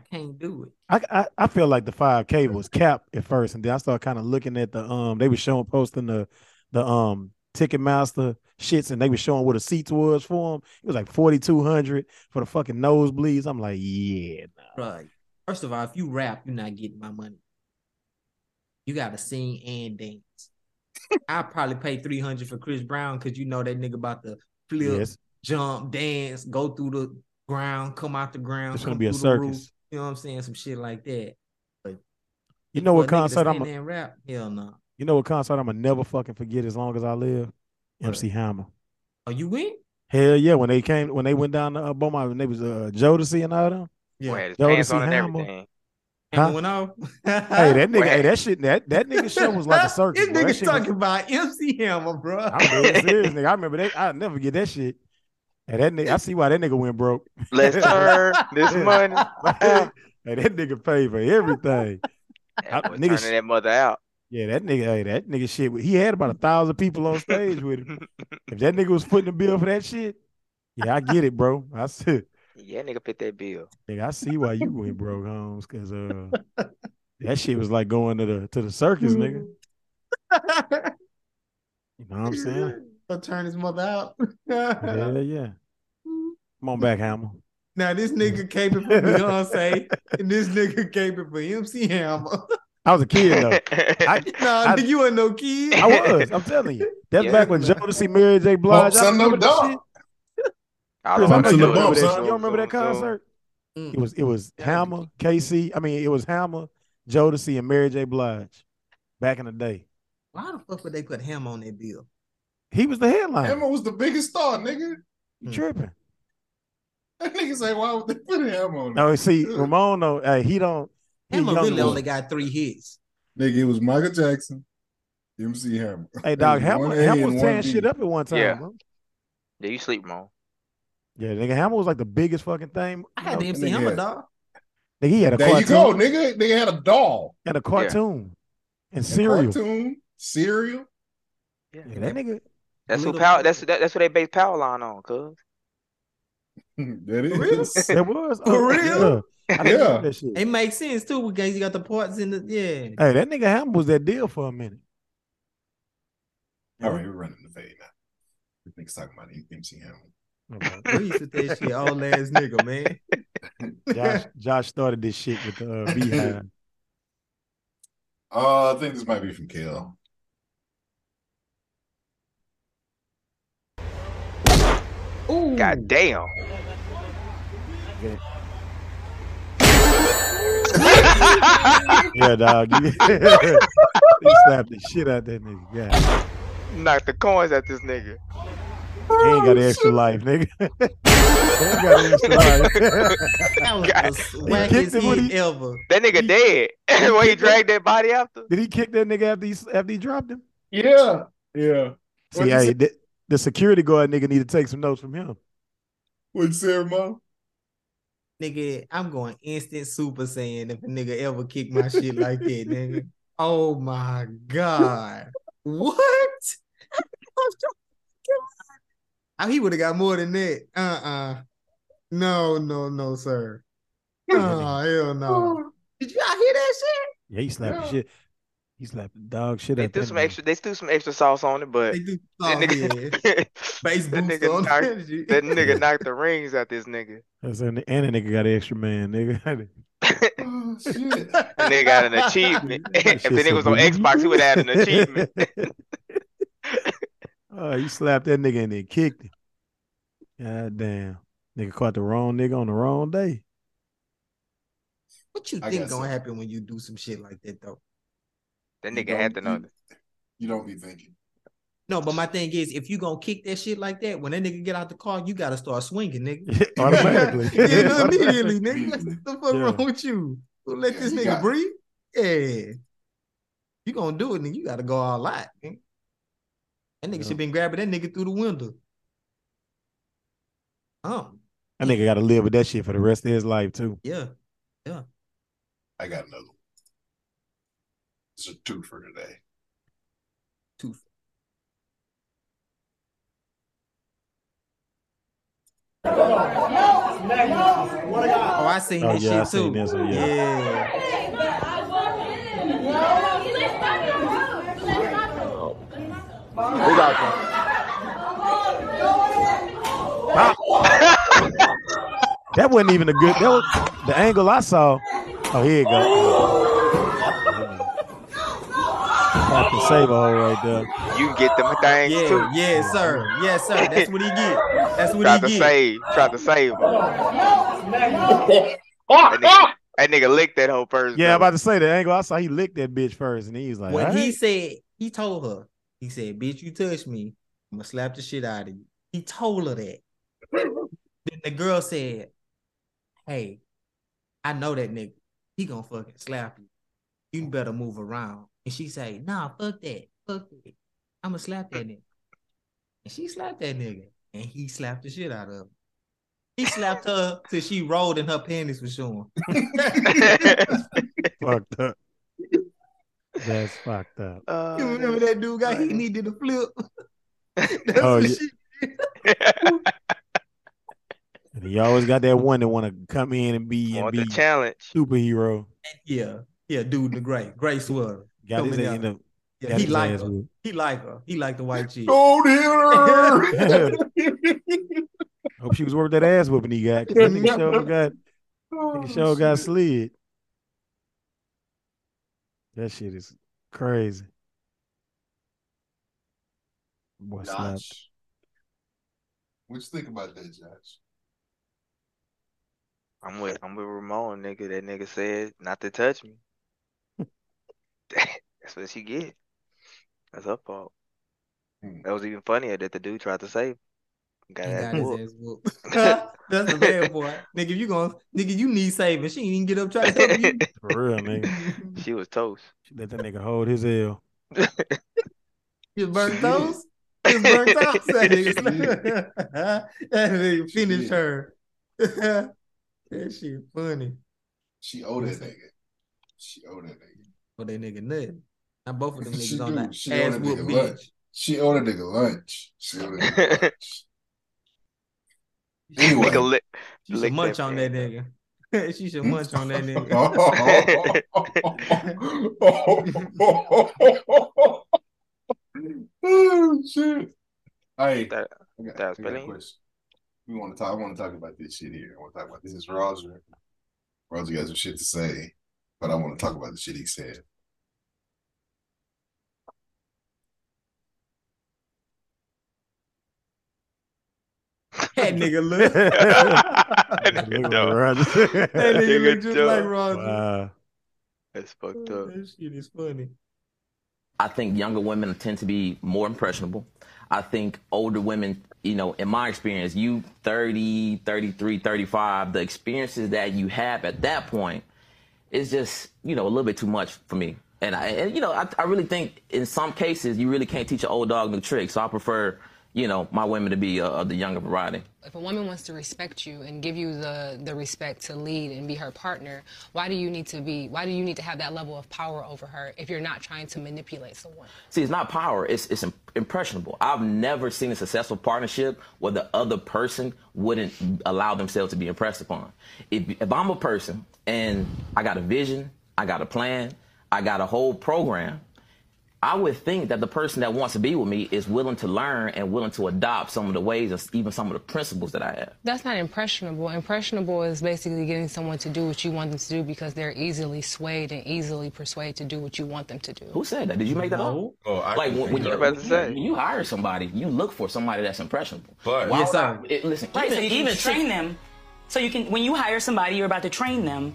A: I can't do it.
C: I, I I feel like the five k was capped at first, and then I started kind of looking at the um. They were showing posting the the um Ticketmaster shits, and they were showing what the seats was for them. It was like forty two hundred for the fucking nosebleeds. I'm like, yeah,
A: Right. First of all, if you rap, you're not getting my money. You gotta sing and dance.
C: <laughs>
A: I probably pay three hundred for Chris Brown because you know that nigga about to flip,
C: yes,
A: jump, dance, go through the ground, come out the ground.
C: it's gonna
A: come
C: be a
A: through the roof.
C: circus.
A: You know what I'm saying? Some shit like that. But
C: You know what
A: for a nigga to
C: concert I'm
A: stand
C: a-
A: there and rap? Hell no.
C: You know what concert I'm gonna never fucking forget as long as I live? MC Hammer.
A: Oh, you win?
C: Hell yeah, when they came, when they went down to uh, Beaumont, when they was uh, Jodeci and all them.
F: Boy, had his
C: Y'all to
F: pants
C: see
F: on and
C: Hammer?
F: everything.
A: Hammer
C: Huh?
A: went off.
C: Hey, that nigga, hey,
F: Right.
C: that shit, that that nigga show was like a
A: <laughs> this
C: circus. bro. That
A: nigga's
C: shit was-
A: talking about MC Hammer, bro.
C: I'm dead serious, nigga. I remember that. I never get that shit. And that nigga, I see why that nigga
A: <laughs>
C: went broke. <laughs>
F: Let's turn this money.
C: hey, that nigga paid for everything.
F: That boy
C: nigga
F: turning
C: sh-
F: that mother out.
C: Yeah, that nigga, hey, that nigga shit. He had about a thousand people on stage with him. If that nigga was putting the bill for that shit, yeah, I get it, bro. I <laughs> see,
F: Yeah, nigga fit that bill.
C: nigga, I see why you went broke, Holmes, because uh, that shit was like going to the to the
A: <laughs>
C: circus, nigga. You know what I'm saying?
A: I'll turn his mother out. <laughs>
C: Yeah, yeah. Come on back, Hammer.
A: Now this nigga caping for
C: <laughs>
A: Beyonce, and this nigga caping for MC Hammer. <laughs>
C: I was a kid
F: <laughs>
C: <laughs> though. I,
A: nah,
C: I-
A: nigga, you ain't no kid.
C: I was. I'm telling you. That's
F: Yeah.
C: back when Jodeci, Mary J. Blige.
B: Bumps
C: I
B: on no
C: remember that
B: dog.
C: shit.
F: All
C: Chris,
F: I'm
C: I'm
B: Bumps
C: sure
B: in the
C: you
F: doing
C: remember
B: bumps,
C: that.
B: huh?
C: You don't remember that
F: Zoom, zoom, zoom.
C: concert?
A: Mm.
C: It was it was
F: Yeah.
C: Hammer, KC. I mean, it was Hammer, Jodeci, and Mary J. Blige back in the day.
A: Why the fuck would they put him on that bill?
C: He was the headline.
B: Emma was the biggest star, nigga.
C: You tripping?
B: That nigga say, why would they put him on?
C: No, see, Ramon, no, hey, he don't. He
A: Emma
C: young
A: really
C: boy.
A: only got three hits.
B: Nigga, it was Michael Jackson, MC Hammer.
C: Hey, dog, Hammer,
B: One A
C: Hammer
B: and
C: was
B: one
C: tearing
B: B.
C: shit up at one time.
F: Yeah.
C: bro.
F: Yeah, you sleep, Mo.
C: Yeah, nigga, Hammer was like the biggest fucking thing.
A: I had the
C: Nigga,
A: MC
B: nigga
A: Hammer
B: had-
A: dog.
C: he had a
B: There
C: cartoon.
B: you go, nigga. They had a doll.
C: Had a cartoon and
B: A
C: cereal.
B: Cartoon, cereal. <laughs>
F: Yeah,
C: Yeah, that nigga,
F: that's who
A: Little-
F: power. That's that, that's what they base power line on, cuz.
B: that
A: real?
B: is.
C: that was
A: For
C: oh,
A: real?
C: yeah. I didn't
B: Yeah.
C: know that shit.
A: It makes sense too because you got the parts in the yeah. <laughs>
C: Hey, that nigga Hammer was that deal for a minute.
B: <laughs> All right, we're running the fade now. This nigga's talking about MC Hammer.
C: Okay.
B: <laughs>
A: Reese with that shit, old ass nigga, man.
C: Josh, Josh started this shit with the uh, beehive.
B: Uh, I think this might be from Kale.
A: Ooh,
F: God damn.
C: yeah, dog. <laughs> You, he slapped the shit out that nigga. Yeah,
F: Knock the coins at this
C: he
F: nigga.
C: ain't got
B: Oh,
C: an extra life, nigga. <laughs> he ain't got
B: <laughs>
C: an extra life. <laughs>
A: that was
F: God.
A: the
C: He kicked him
A: wackiest
C: when
A: hit
C: he-
A: ever.
F: That nigga dead. <laughs> When he dragged that body after.
C: Did he kick that nigga after he after he dropped him?
B: Yeah, yeah.
C: See,
B: What'd you
C: hey,
B: say?
C: the, the security guard nigga need to take some notes from him.
B: With Sarah Mo.
A: Nigga, I'm going instant super saiyan if a nigga ever kick my shit like that, nigga. Oh my god. What? Oh, he would have got more than that. Uh-uh. No, no, no, sir. Oh, hell no. Did y'all hear that shit?
C: Yeah, he slapped the
B: Yeah.
C: shit. He slapped the dog shit
F: They
C: out
F: threw
C: that
F: some
C: nigga.
F: extra. They threw some extra sauce on it, but
A: They do
F: that
A: oh, yeah.
F: nigga,
A: Face
F: that
A: boost
F: nigga
A: on
F: knocked-
A: that shit.
F: that nigga knocked the rings out this nigga.
C: That's- And the, and the nigga got an extra man,
F: <laughs>
C: nigga. <laughs>
B: Oh, shit.
F: That nigga got an achievement.
C: <laughs>
F: if the
C: Shit so
F: nigga was on
C: good.
F: Xbox, he would have had an achievement.
C: <laughs> oh, you slapped that nigga and then kicked him. God damn. Nigga caught the wrong nigga on the wrong day. <laughs>
A: What you
B: I
A: think
B: guess
A: gonna
B: so.
A: happen when you do some shit like that though?
F: That
B: You
F: nigga had to
B: don't-
F: know.
B: you- You don't be thinking.
A: No, but my thing is, if you gonna kick that shit like that, when that nigga get out the car, you gotta start swinging, nigga. <laughs>
C: Automatically.
A: you
C: <laughs>
A: know, immediately, nigga. Like, what the fuck
C: Yeah.
A: wrong with you? Who let
B: Yeah,
A: this
B: you
A: nigga
B: got-
A: breathe? Yeah. You gonna do it, nigga. You gotta go all out. nigga. That nigga
C: Yeah.
A: should been grabbing that nigga through the window. Oh,
C: That nigga got to live with that shit for the rest of his life, too.
A: yeah.
B: I got another one. It's a two for today.
A: Two. Oh, I seen
C: Oh,
A: this
C: yeah, I
A: shit
C: seen
A: too.
C: this one, yeah.
A: yeah.
C: That wasn't even a good. That was the angle I saw. Oh, here you go. Fucking save hole right there.
F: You can get them things too.
A: Yeah, yes, sir. Yes, sir. That's what he get. That's what
F: Try
A: he
F: to
A: get.
F: save. Try to save him. that, nigga, that nigga licked that whole person.
C: Yeah, I'm about to say the angle I saw. He licked that bitch first, and he's like,
A: when
C: "All
A: he
C: right."
A: said he told her, he said, "Bitch, you touch me, I'm gonna slap the shit out of you." He told her
C: <laughs>
A: that. then the girl said, "Hey, I know that nigga. He gonna fucking slap you. You better move around." And she say, "Nah, fuck that. Fuck that. I'm gonna slap that nigga." And she slapped that nigga, and he slapped the shit out of her. He slapped her till she rolled and her panties was
C: <laughs>
A: showing.
C: fucked up. That's fucked up.
F: Uh,
A: You
C: <laughs>
A: remember that dude got he needed a flip? <laughs> That's
C: Oh,
A: what
C: yeah.
A: she
C: And he always got that one that want to come in and be and
F: <laughs> want
C: be
F: Oh, the challenge.
C: superhero.
A: Yeah, yeah, dude, the great, great sweater.
C: Got his
A: Coming
C: end up.
A: Yeah,
C: got
A: he
C: his
A: liked
C: ass
A: her.
C: whooped.
A: He liked her. He liked the white <laughs> chick.
B: Don't hit her.
A: <laughs>
C: Hope she was worth that ass whooping he got. 'cause That nigga sure got,
B: Oh,
C: nigga sure got
B: shit.
C: slid. That shit is crazy. Boy, slapped.
B: Josh. What you think about that, Josh?
F: I'm with I'm with Ramon, nigga. That nigga said not to touch me. That's what she get. That's her fault. That was even funnier that the dude tried to save. him. Got
A: He
F: ass
A: got his
F: whooped.
A: ass whooped. <laughs> That's the bad boy. Nigga, you going nigga, you need saving. She ain't even get up trying to help you.
C: For real, nigga.
F: She was toast.
C: Let that nigga hold his L.
A: Just burnt those. Just burnt those. That nigga, <laughs> that nigga finished
B: Shit.
A: her. <laughs> that shit funny.
B: She owe that nigga. She owe that nigga.
A: Well, that nigga nut. Now both of them
B: She
A: niggas on
B: do.
A: that
B: She on
A: ass
B: that
A: whoop
B: nigga
A: bitch.
B: She owe that nigga lunch. She owe that <laughs> nigga lunch.
F: Nigga
B: Anyway.
F: lick.
A: She should
F: Lick
A: munch
F: that
A: on that
F: man.
A: nigga. <laughs> she should munch on that nigga.
B: oh shit! Hey,
F: That-
B: I got,
F: that
B: I got
F: was
B: a
F: brilliant.
B: question. We want to talk. I want to talk about this shit here. I want to talk about this. Is Roger? Roger got some shit to say, but I want to talk about the shit he said.
A: That nigga
C: <laughs>
A: look.
F: <laughs> That nigga
C: Nigga,
F: dumb.
C: Roger.
A: That nigga
F: Nigga
A: look just
F: dumb.
A: like Roger.
C: Wow.
F: That's
A: <laughs>
F: fucked up.
A: That shit is funny.
G: I think younger women tend to be more impressionable. I think older women, you know, in my experience, you 30, 33, 35, the experiences that you have at that point is just, you know, a little bit too much for me. And, I, and you know, I, I really think in some cases you really can't teach an old dog new tricks. So I prefer, you know, my women to be uh, of the younger variety.
H: If a woman wants to respect you and give you the, the respect to lead and be her partner, why do you need to be why do you need to have that level of power over her if you're not trying to manipulate someone?
G: See, it's not power. It's it's im- impressionable. I've never seen a successful partnership where the other person wouldn't allow themselves to be impressed upon. If if I'm a person and I got a vision, I got a plan, I got a whole program, I would think that the person that wants to be with me is willing to learn and willing to adopt some of the ways and even some of the principles that I have.
H: That's not impressionable. Impressionable is basically getting someone to do what you want them to do because they're easily swayed and easily persuaded to do what you want them to do.
G: Who said that? Did you make that up?
A: No.
I: Oh, I
G: Like when, when,
F: I
G: you,
F: was about
G: when,
F: to
G: you,
F: say.
G: when you hire somebody, you look for somebody that's impressionable.
I: But-
G: Why
A: Yes,
G: would
A: sir.
G: I- it- listen,
J: Right, so
G: even,
J: you can
G: even
J: train them. So you can, when you hire somebody, you're about to train them,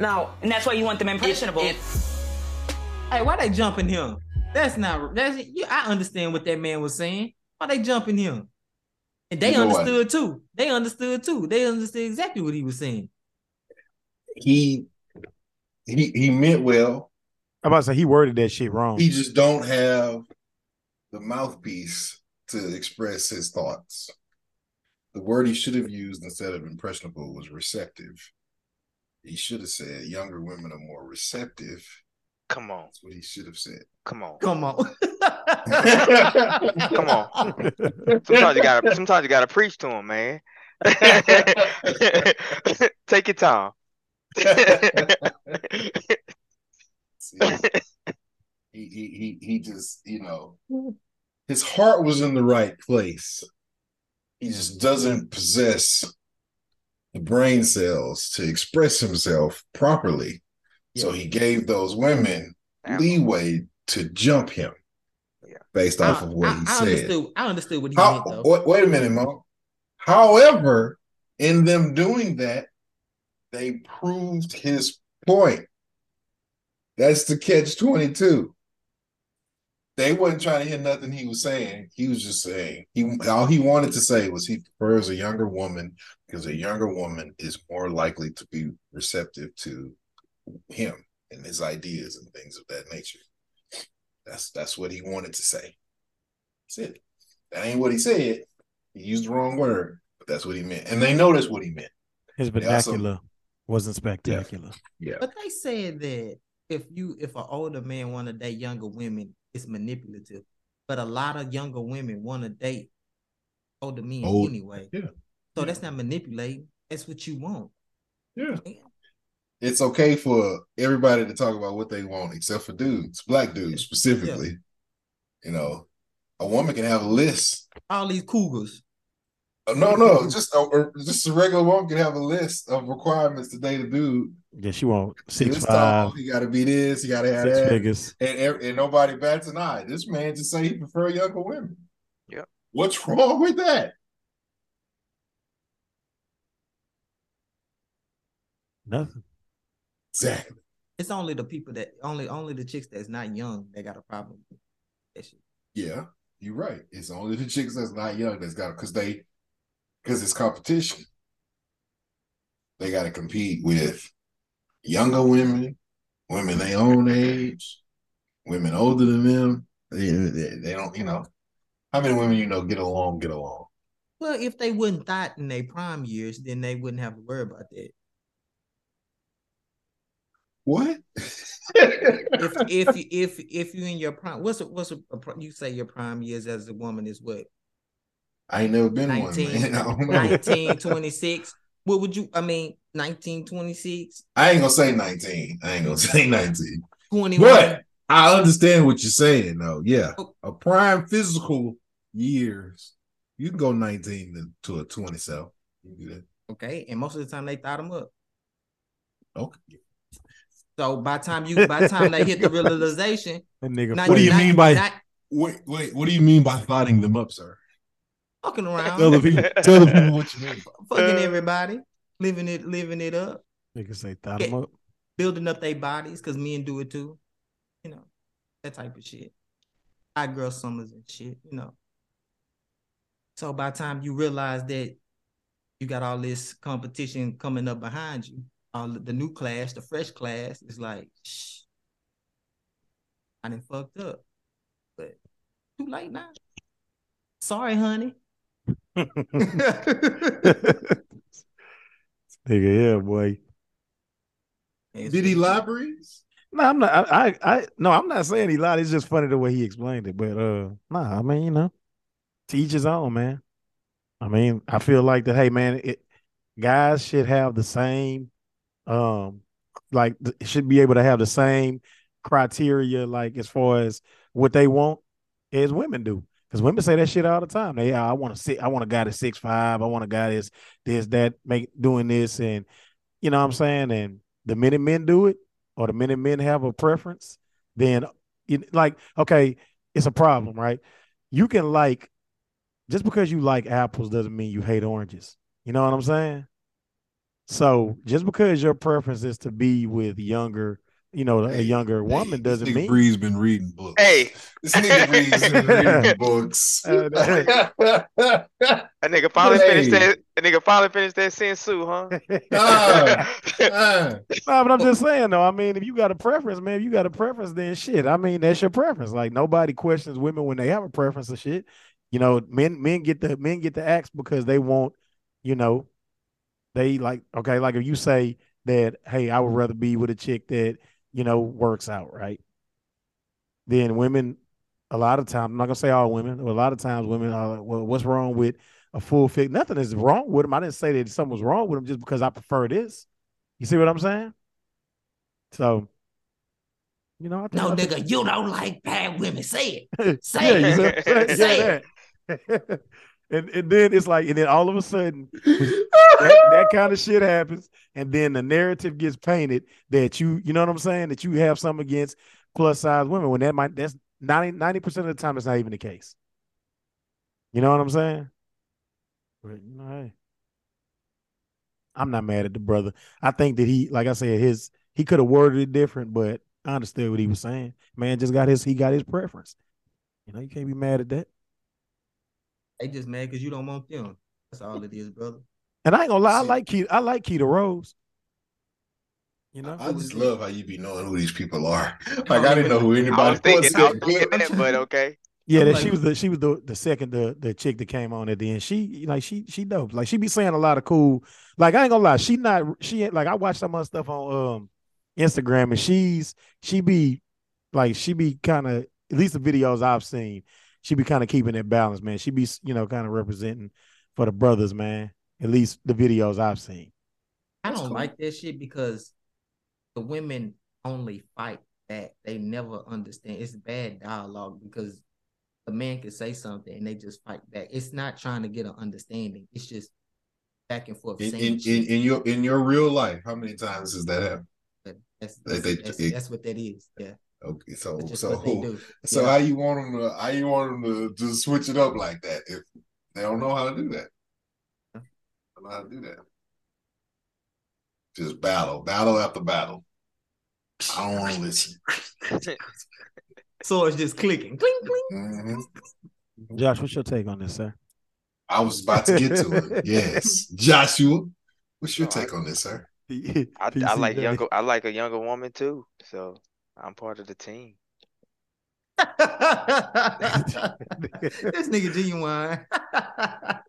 G: now.
J: and that's why you want them
G: if-
J: impressionable.
G: if-
A: Hey, why they jumping him? That's not that's you I understand what that man was saying. Why they jumping him? And they
B: You know what?
A: understood too. They understood too. They understood exactly what he was saying.
B: He he he meant well.
C: I'm about to say he worded that shit wrong. <laughs>
B: He just don't have the mouthpiece to express his thoughts. The word he should have used instead of impressionable was receptive. He should have said younger women are more receptive.
F: Come on.
B: That's what he should have said.
F: Come on.
A: Come on.
F: Come on. Sometimes you gotta sometimes you gotta preach to him, man. <laughs> Take your time.
B: See, he, he he he just you know his heart was in the right place. He just doesn't possess the brain cells to express himself properly. So he gave those women
F: <laughs>
B: leeway to jump him
F: Yeah.
B: based off of what
A: I,
B: he
A: I
B: said.
A: understood I understood what he
B: How,
A: meant though.
B: wait, wait a minute, Mo. However, in them doing that, they proved his point. That's the catch 22. They wasn't trying to hear nothing he was saying. He was just saying he all he wanted to say was he prefers a younger woman because a younger woman is more likely to be receptive to him and his ideas and things of that nature. That's that's what he wanted to say. That's it. That ain't what he said. He used the wrong word, but that's what he meant. And they know that's what he meant.
C: His
B: They also-
C: vernacular wasn't spectacular.
A: But they said that if you if an older man want to date younger women, it's manipulative. But a lot of younger women want to date older men
B: Old-
A: anyway.
B: yeah.
A: So that's not manipulating. That's what you want.
B: Yeah. It's okay for everybody to talk about what they want, except for dudes, black dudes specifically. You know, a woman can have a list.
A: All these cougars.
B: Uh, No, no,
C: <laughs>
B: just a, or just a regular woman can have a list of requirements to date a dude.
C: Yeah, she want six
B: This
C: five,
B: tall, you got to be this, you got to have
C: six
B: that.
C: figures.
B: and, ev- and nobody bats an eye. This man just say he prefer younger women.
F: Yep.
B: What's wrong with that?
C: Nothing.
B: Exactly.
A: It's only the people that only only the chicks that's not young that got a problem. with That shit.
B: Yeah, you're right. It's only the chicks that's not young that's got because they because it's competition. They got to compete with younger women, women their own age, women older than them. They, they, they don't, you know. How many women you know get along? Get along.
A: Well, if they wouldn't thought in their prime years, then they wouldn't have to worry about that.
B: What? <laughs>
A: If if you- if if you in your prime, what's a, what's a, a pri- you say your prime years as a woman is what
B: I ain't never been one.
A: 19,
B: Man. I don't know.
A: 1926. What would you? I mean, 1926,
B: I ain't gonna say nineteen. I ain't gonna say nineteen.
A: 21.
B: But I understand what you're saying, though. Yeah, a prime physical years, you can go nineteen to, to a twenty-seven. You can do that.
A: Okay, and most of the time they thought them up.
B: Okay.
A: So by the time you, by the time they hit the realization,
C: That nigga.
A: not-
B: What do you
A: not-
B: mean by-
A: not
B: Wait, wait. What do you mean by fighting them up, <laughs> sir?
A: fucking
B: Tell
A: around,
B: the people. Tell the people what you mean.
A: fucking everybody, living it, living it up,
C: Nigga say thought him up.
A: building up their bodies because men do it too, you know, that type of shit. Hot girl summers and shit, you know. So by the time you realize that you got all this competition coming up behind you, all the the new class, the fresh class, is like, shh, I done fucked up, but too late now. Sorry, honey.
C: <laughs> nigga, yeah, boy.
B: Did he lie, Breeze?
C: No, I'm not. I, I, I, no, I'm not saying he lied. It's just funny the way he explained it. But uh, nah, I mean, you know, to each his own, man. I mean, I feel like that. Hey, man, it guys should have the same, um, like th- should be able to have the same criteria, like as far as what they want as women do. Because women say that shit all the time. They, "Ah, I want to sit. I want a guy that's six five. I want a guy that's this, that, make doing this, and you know what I'm saying. And the minute men do it or the minute men have a preference, then you, like okay, it's a problem, right? You can like just because you like apples doesn't mean you hate oranges. You know what I'm saying? So just because your preference is to be with younger, you know, a
B: Hey,
C: younger
B: Hey,
C: woman doesn't
B: this nigga
C: mean
B: Breeze been reading books.
F: Hey.
B: this nigga Breeze
C: <laughs>
B: been reading books.
C: Uh,
B: <laughs>
F: That nigga finally finished
B: Hey.
F: that. That nigga finally finished that sin suit, huh?
C: <laughs> Uh,
B: Ah, ah.
C: No, but I'm just saying though. I mean, if you got a preference, man, if you got a preference, then shit. I mean, that's your preference. Like nobody questions women when they have a preference or shit. You know, men men get the men get the axe because they want, you know, they like okay, like if you say that, hey, I would rather be with a chick that, you know, works out, right? Then women a lot of times, I'm not gonna say all women, but a lot of times women are like, well, what's wrong with a full fit? Nothing is wrong with them. I didn't say that something was wrong with them just because I prefer this. You see what I'm saying? So, you know, I think
A: No,
C: I think-
A: nigga, you don't like bad women. Say it.
C: <laughs> yeah,
A: Say
C: you
A: it.
C: see what I'm saying?
A: Say
C: Yeah, that. <laughs> and and then it's like, and then all of a sudden, that, that kind of shit happens, and then the narrative gets painted that you, you know what I'm saying, that you have something against plus size women when that might that's 90 percent of the time it's not even the case. You know what I'm saying? But you know, hey, I'm not mad at the brother. I think that he, like I said, his he could have worded it different, but I understood what he was saying. Man, just got his he got his preference. You know, you can't be mad at that.
A: They just mad because you don't want them. That's all it is, brother.
C: And I ain't gonna lie, I
B: See-
C: like Keita, I like Keita Rose. You know,
B: I just love how you be knowing who these people are. Like I didn't know who
F: I
B: <laughs> anybody
F: was thinking, I was
B: was.
F: thinking that, but okay.
C: yeah,
A: I'm
C: that
A: like-
C: she was the she was the the second the the chick that came on at the end. She like she she dope. Like she be saying a lot of cool. Like I ain't gonna lie, she not she ain't like I watch some of her stuff on um Instagram and she's she be like she be kind of at least the videos I've seen, she be kind of keeping it balanced, man. She be you know kind of representing for the brothers, man. At least the videos I've seen.
A: I
B: That's
A: don't
B: cool.
A: like that shit because the women only fight back. They never understand. It's bad dialogue because a man can say something and they just fight back. It's not trying to get an understanding. It's just back and forth
B: In,
A: saying
B: in,
A: shit.
B: in, in your in your real life, how many times has that happened?
A: But that's,
B: They-
A: that's,
B: they-
A: that's,
B: it-
A: that's what that is. Yeah.
B: Okay, so
A: That's just
B: so
A: what they do.
B: <laughs> so
A: Yeah.
B: how you want them to how you want them to just switch it up like that if they don't know how to do that? Don't know how to do that? Just battle, battle after battle. I don't want to listen.
A: <laughs> So it's just clicking. Clink, clink.
B: Mhm.
C: Josh, what's your take on this, sir?
B: I was about to get to
A: <laughs>
B: it. Yes, Joshua, what's your take on this, sir?
F: I, I like younger. I like a younger woman too. So I'm part of the team.
A: <laughs> this nigga genuine. <laughs> that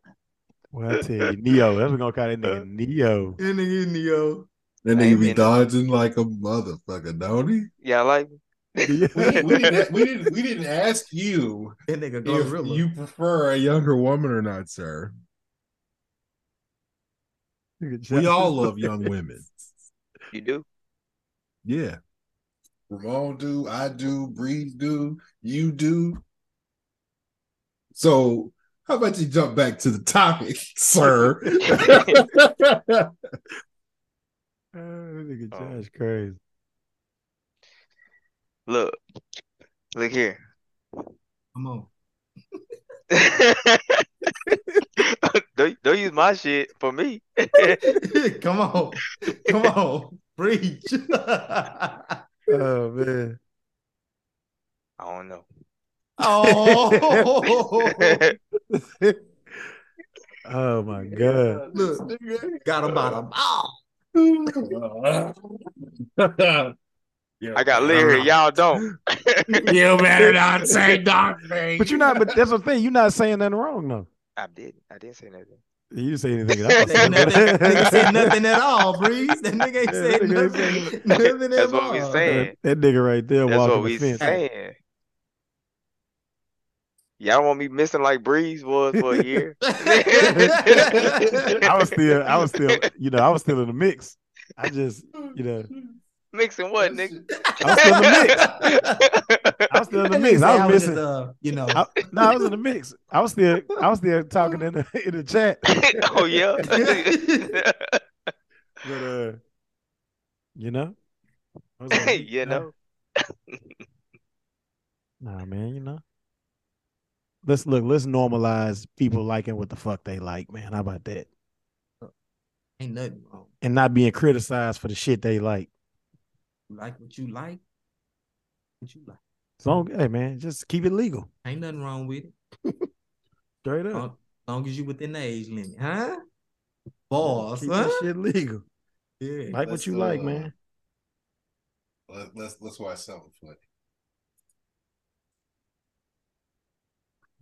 C: Well, I tell you, Neo. That's what we're gonna call that
A: <laughs>
C: nigga Neo.
A: nigga in the
B: uh,
A: yo.
B: That nigga be
F: Amen.
B: dodging like a motherfucker, don't he?
F: Yeah, I like.
B: We, we, didn't, we didn't. We didn't ask you
A: That
C: <laughs>
A: nigga
B: if
A: gorilla.
B: you prefer a younger woman or not, sir. We all love young women.
F: You do.
B: <laughs> Yeah. Ramon do, I do, Breeze do, you do. So how about you jump back to the topic, <laughs> sir?
C: <laughs> Oh, that nigga
F: Oh.
C: Josh crazy.
F: Look. Look here. <laughs>
A: Come on. <laughs>
F: don't, don't use my shit for me.
A: Come on. Come on. Breach. <laughs>
C: Oh man.
F: I don't know.
A: oh.
C: Oh my god.
A: Look. Got him by the
B: <laughs>
A: ball.
F: <laughs> I got Leary. Y'all don't.
B: You better not say nothing.
C: But you're not. But that's the thing. You're not saying nothing wrong though.
F: I did. I didn't say nothing.
C: You didn't say anything. that
A: <laughs>
C: I was
A: That
C: saying.
A: nigga, nigga
C: <laughs>
A: said nothing at all, Breeze. That nigga ain't
C: Yeah,
A: said
C: that nigga
A: nothing. nothing at
F: That's what
A: all. <laughs>
F: we
C: That,
F: saying.
C: that nigga right there
F: That's
C: walking
F: what we
C: the fence.
F: saying. Y'all want me missing like Breeze was for
C: <laughs>
F: a year?
C: I was still. I was still. You know. I was still in the mix. I just. You know.
F: Mixing what, nigga?
C: I was still in the mix. I was still in the
A: That nigga
C: mix.
A: said
C: I was
A: just,
C: missing.
A: uh, you know,
C: I, no, I was in the mix. I was still. I was still talking in the in the chat.
F: <laughs> oh
C: <laughs>
F: yeah.
C: But uh, you know, I was like,
F: <laughs> you know.
C: nah, man, you know. Let's look. Let's normalize people liking what the fuck they like, man. How about that?
A: ain't nothing wrong.
C: And not being criticized for the shit they like.
A: You Like what you like, what you like.
C: As long, hey, man, just keep it legal,
A: Ain't nothing wrong with it.
C: straight
B: Uh,
C: up.
A: Long, long as you within the age limit, huh?
C: Just
A: Boss,
C: keep
A: huh?
C: that shit legal.
A: Yeah.
C: Like what
B: Let's,
C: you like,
B: uh, <laughs>
C: man.
B: Let, let's let's watch something funny.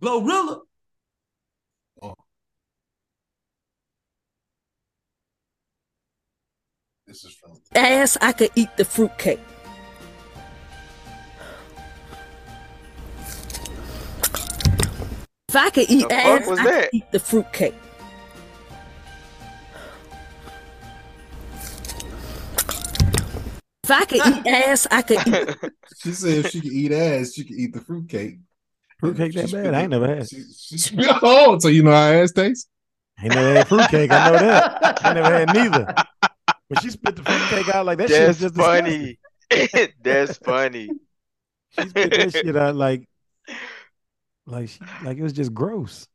C: <laughs>
A: Glorilla.
B: This is from
E: Ass, I could eat the fruitcake. If I could eat
F: The
E: ass,
F: fuck was
E: I could
F: that?
E: eat the fruitcake. If I could eat ass, I could
F: <laughs>
E: eat
B: She said if she could eat ass, she could eat the fruitcake.
C: Fruitcake that
B: She
C: bad? I ain't never had.
B: She, <laughs> she, oh, so you know how ass tastes?
C: Ain't never had fruitcake. I know that. I never had neither. But she spit the fruitcake out like that. shit
F: That's
C: was just disgusting.
F: funny. <laughs> That's funny.
C: She spit that shit out like, like, she, like it was just gross.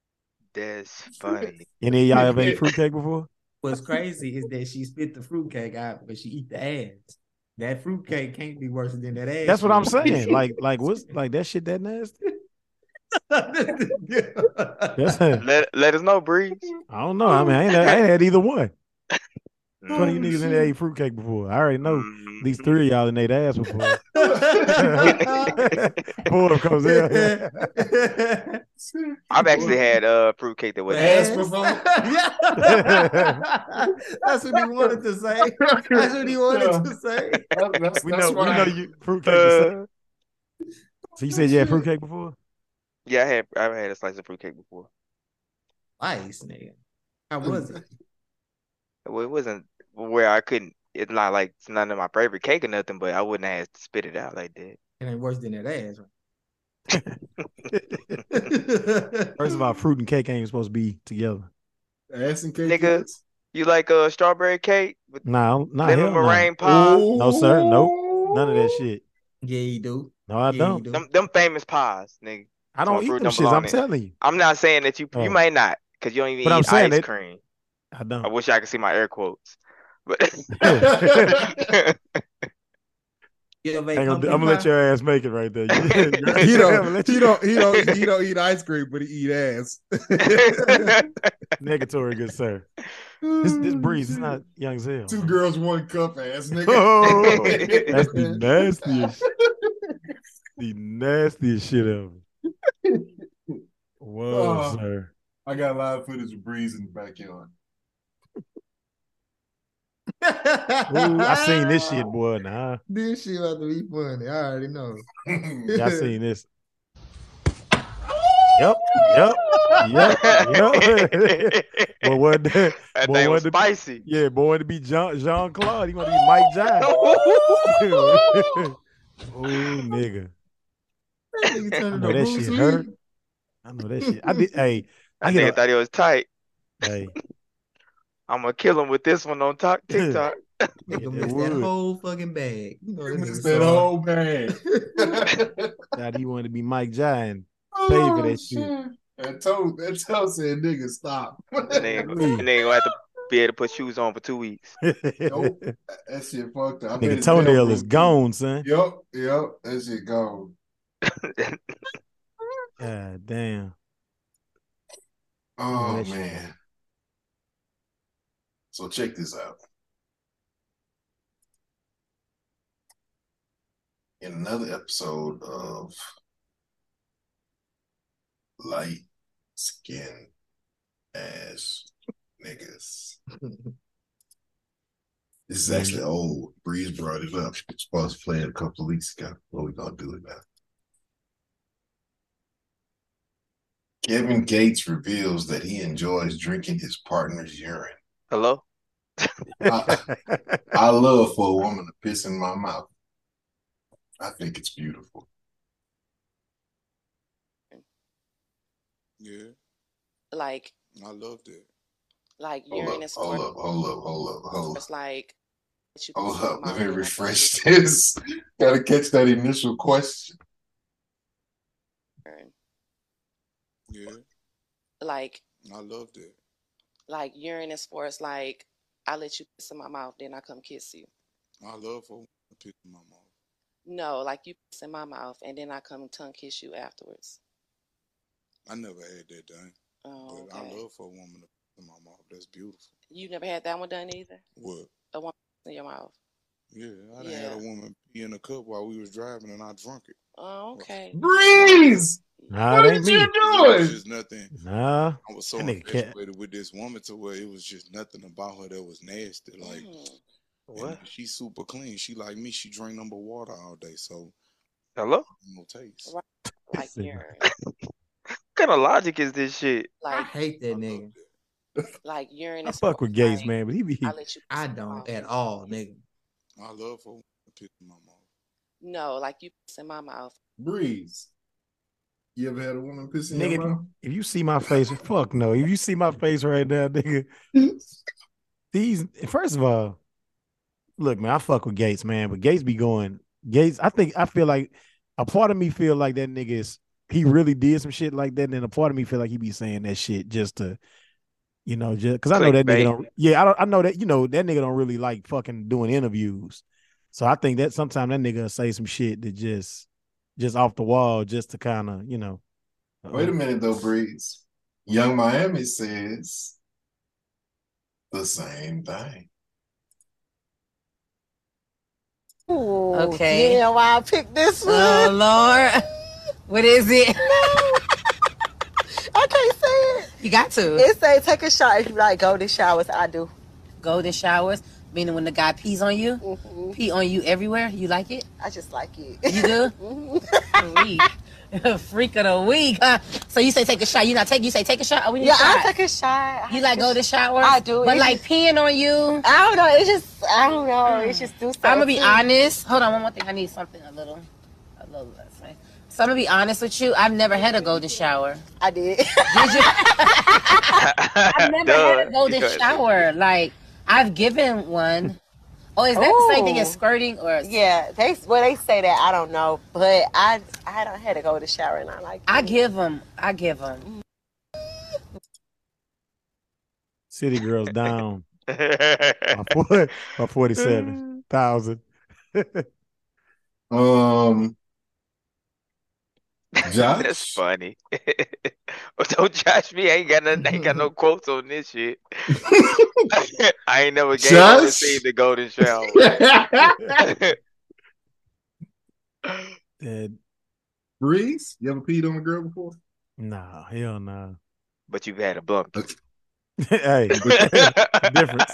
F: <laughs> That's funny.
C: Any of y'all ever ate fruitcake before?
A: What's crazy is that she spit the fruitcake out, but she eat the ass. That fruitcake can't be worse than that ass.
C: That's what I'm
A: shit.
C: saying.
A: <laughs>
C: Like, like what's like that shit that nasty? That's, I
F: Let let us know, Breeze.
C: don't know. I mean, I ain't, I ain't had either one.
F: Mm,
C: Twenty niggas in there ate fruitcake before. I already know
F: mhm.
C: at least three of y'all in ate ass before. Boredom comes out.
F: I've actually had uh fruitcake that was
B: Ass
A: Ass.
B: provoke.
A: Yeah. <laughs> That's what he wanted to say. That's what he wanted to say.
B: That- that's,
C: We
B: that's
C: know, we
B: why-
C: know you fruitcake.
F: Uh,
C: so you said you had fruitcake before?
F: Yeah, I had I've had a slice of fruitcake before.
A: Ice, nigga. How was it?
F: Well, it wasn't where I couldn't. It's not like it's not in my favorite cake or nothing, but I wouldn't have to spit it out like that.
A: It ain't worse than that ass. Right?
C: <laughs> First of all, fruit and cake ain't supposed to be together.
B: Ass and cake.
F: Nigga.
B: is?
F: You like a strawberry cake with
C: Nah, nah,
F: lemon
C: hell no.
F: meringue pie?
B: Oh.
C: No, sir. Nope. None of that shit.
A: yeah, you do.
C: No, I
A: yeah,
C: don't.
A: You do.
F: Them them famous pies, nigga.
C: I don't
F: Some
C: eat
F: fruit
C: them
F: don't
C: shits.
F: belong
C: I'm
F: in-
C: telling you,
F: I'm not saying that you
C: Oh.
F: you may not because you don't even
C: But I'm
F: eat
C: saying
F: ice
C: it-
F: cream.
C: I
F: I
B: <laughs>
C: don't. <laughs>
F: wish I could see my air quotes, but
C: I
A: You ever ate
C: I'm gonna,
A: pumpkin
C: I'm gonna let
A: pie?
C: your ass make it <laughs> right there.
B: <laughs> He
C: I'ma
B: don't.
C: let
B: He
C: you-
B: don't. He don't. He don't eat ice cream, but he eat ass.
C: <laughs> Negatory, good sir. This this breeze is not young as hell.
B: Two girls, one cup, ass nigga.
C: Oh, <laughs> that's <laughs> the nastiest, the nastiest shit ever.
B: <laughs>
C: Whoa,
B: Oh.
C: sir.
B: I got live footage of Breeze in the backyard.
C: Ooh, I seen this shit, boy. Nah,
A: <laughs> This shit about to be funny. I already know.
B: <laughs>
C: Yeah, I seen this. Yep, yep, yep, yep. <laughs> Boy, what? The,
F: <laughs> That
C: boy,
F: thing
C: what
F: was
C: the-
F: spicy.
C: yeah, boy, to be Jean Jean Claude, he want to be Mike <laughs> Jai. oh, nigga.
A: That nigga
C: I
A: turned into
C: know that
A: Bruce
C: shit
A: Lee.
C: hurt. I know that shit. I did. Hey, I
F: I think I
C: get. A,
F: thought it was tight.
C: hey,
F: I'm gonna kill him with this one on top
C: Yeah.
F: TikTok.
A: Nigga
C: Yeah,
A: missed that
C: would.
A: whole fucking bag. You know that nigga
B: Missed
A: saw
B: that
A: it. <laughs>
B: whole bag.
C: thought he wanted to be Mike Jai, and
B: Oh,
C: that
B: shit. That toe, that toe said, "Nigga, stop."
F: And then, and then gonna have to be able to put shoes on for two weeks.
C: <laughs>
B: Nope. <laughs> That shit fucked up. I bet
C: Nigga,
B: his
C: toenail
B: nail
C: is
B: broke.
C: gone, son.
B: Yep, yep. That shit gone.
C: God damn.
B: Oh
C: that shit.
B: man. So check this out. In another episode of Light Skin Ass Niggas. This is actually old. Breeze brought it up. It's supposed to play it a couple of weeks ago. Well, we're gonna do it now. Kevin Gates reveals that he enjoys drinking his partner's urine.
F: Hello?
B: I, I love for a woman to piss in my mouth. I think it's beautiful.
I: Yeah,
K: like
I: I loved it.
K: like
B: Hold
K: urine
B: up,
K: is
B: hold
K: going
B: up, hold up, hold up, hold up.
L: <laughs>
K: it's like that you can
B: Hold
K: see
B: up,
K: my
B: let me
K: urine, like,
B: refresh <laughs> this. Gotta catch that initial question.
K: urine.
I: Yeah,
K: like
I: I loved it.
K: like urine is for it's like I let you piss in my mouth, then I come kiss you.
I: I love for a woman to piss in my mouth.
K: No, like you piss in my mouth and then I come tongue kiss you afterwards.
I: I never had that done,
K: Oh,
I: but I
K: okay.
I: love for a woman to piss in my mouth. That's beautiful.
K: You never had that one done either
I: What?
K: in your mouth.
I: Yeah, I done had
K: Yeah.
I: a woman pee in a cup while we was driving, and I drunk it.
K: Oh, okay.
B: Breeze!
C: Nah, it ain't me.
I: It was just nothing.
C: Nah.
I: I was so
C: That nigga cat.
I: infatuated with this woman to where it was just nothing about her that was nasty. Like
K: Mm.
I: what? She's super clean. She like me. She drink number water all day, so
F: Hello? What
I: no taste.
K: Right. like
C: Listen.
K: urine.
F: kind of logic is this shit?
A: I
K: Like
A: hate
I: I
A: that
I: loved
A: nigga.
I: it.
K: like urine
C: I
K: is
C: fuck
K: for
C: with
K: it's
C: Gates,
K: like,
C: man, but he be
K: I let you piss
A: I
K: in my
A: don't
K: mouth.
A: at all, nigga.
I: I love for a woman to piss in my mouth.
K: No, like you piss in my mouth.
B: Breeze. You ever had a woman piss in your
C: nigga.
B: mouth?
C: If you see my face, fuck no. If you see my face right now, nigga, these first of all, look, man, I fuck with Gates, man, but Gates be going Gates. I think I feel like a part of me feel like that nigga is he really did some shit like that, and then a part of me feel like he be saying that shit just to, you know, just because I know that nigga
F: Clickbait.
C: don't. Yeah, I don't. I know that you know that nigga don't really like fucking doing interviews. So I think that sometimes that nigga will say some shit that just, just off the wall, just to kind of you know.
B: Wait a
C: Uh-huh.
B: minute though, Breeze. Young Miami says the same thing.
D: Okay. You know Oh, why I picked this one? Oh Lord. What is it? I can't say it. You got to. It say take a shot if you like golden showers. I do. Golden showers? Meaning when the guy pees on you?
K: Mm-hmm.
D: Pee on you everywhere? You like it? I just like it. You do?
K: <laughs> Mm-hmm.
D: Freak. <laughs> Freak of the week. huh? So you say take a shot. You not take you say take a shot? Oh, we need a shot.
K: take a shot.
D: you like golden showers?
K: I do.
D: But
K: It
D: like peeing on you. Hmm.
K: I don't know. It's just I don't know. It's just do
D: I'm gonna be honest. Hold on, one more thing. I need something a little, a little less. right? So I'm gonna be honest with you. I've never had a golden shower.
K: I did.
D: Did you? <laughs> I've never had
F: Duh.
D: a golden
F: Because- <laughs>
D: shower. Like I've given one. Oh, is that the same thing as
K: Ooh.
D: squirting or?
K: Yeah, they well they say that I don't know, but I I don't had to go to shower and I like
D: I give them. I give them.
C: City girls down
F: <laughs>
C: by, four, by forty-seven thousand. <laughs>
B: Um,
F: <laughs> That's funny. <laughs> Don't Josh me. I ain't got nothing, I ain't got no quotes on this shit. I ain't never gave up and
B: Josh?
F: seen the golden shower. <laughs>
B: Breeze, you ever peed on a girl before?
C: Nah, hell nah. <laughs>
F: but you've had a blunt.
C: hey, <laughs>
F: <laughs>
C: difference.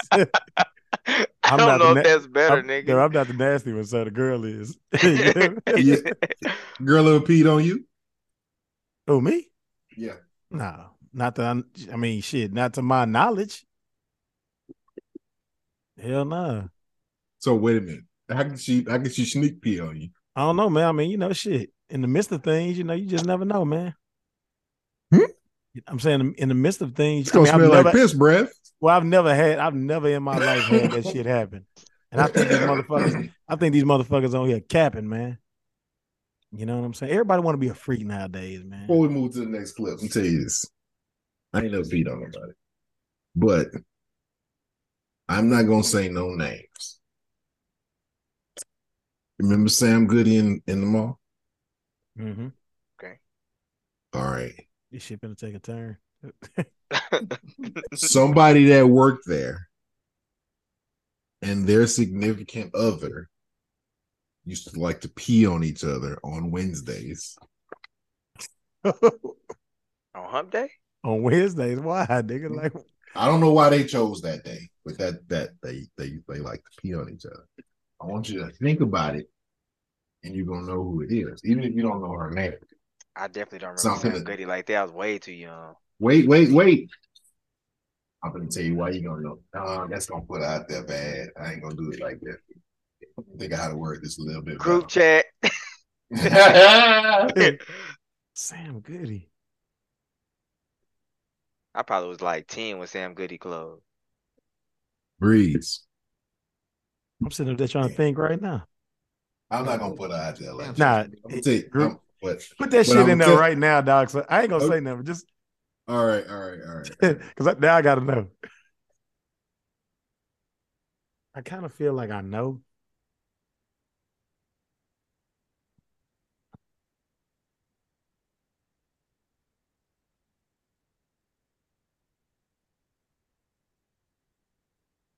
F: I don't know if that's better,
C: <laughs> I'm,
F: nigga.
C: No, I'm not the nasty one, so the girl is. <laughs>
F: <laughs>
B: Girl ever peed on you?
C: Oh, me?
B: Yeah.
C: No, not that. I'm, I mean, shit, not to my knowledge. Hell no.
B: So wait a minute. How can she? How can she sneak pee on you?
C: I don't know, man. I mean, you know, shit. In the midst of things, you know, you just never know, man. I'm saying in the midst of things,
B: Hmm? It's gonna
C: I've
B: smell like
C: never-
B: piss, breath.
C: Well, I've never had, I've never in my life had that shit happen. And I think these motherfuckers, I think these motherfuckers on here capping, man. You know what I'm saying? Everybody want to be a freak nowadays, man.
B: <clears throat> Before we move to the next clip, let me tell you this. I ain't never peed on nobody, but I'm not gonna say no names. Remember Sam Goody in, in the mall?
C: Mm-hmm.
B: All right.
C: This shit gonna take a turn.
B: Somebody that worked there and their significant other used to like to pee on each other on Wednesdays.
F: <laughs> on hump day?
C: on Wednesdays. Why, nigga? Like,
B: I don't know why they chose that day, but that that they they they like to pee on each other. I want you to think about it, and you're gonna know who it is, even if you don't know her name.
F: I definitely don't remember
B: Something
F: Sam
B: that-
F: Goody like that. I was way too young.
B: Wait, wait, wait. I'm gonna tell you why you gonna know. Nah, that's gonna put out there bad. I ain't gonna do it like that. Think I how to word this a little bit.
F: <laughs> Group chat.
B: better.
C: Sam Goody.
F: I probably was like 10 when Sam Goody closed.
B: Breeze.
C: I'm sitting up there trying to think right now.
B: I'm not gonna put it out there like
C: Nah,
B: that. I'm gonna tell you, I'm- but,
C: Put
B: but
C: that shit
B: I'm
C: in there
B: tell-
C: right now, dog. So I ain't gonna
B: Okay.
C: say nothing. Just <laughs>
B: All right, all right, all right.
C: because now I gotta know. I kind of feel like I know.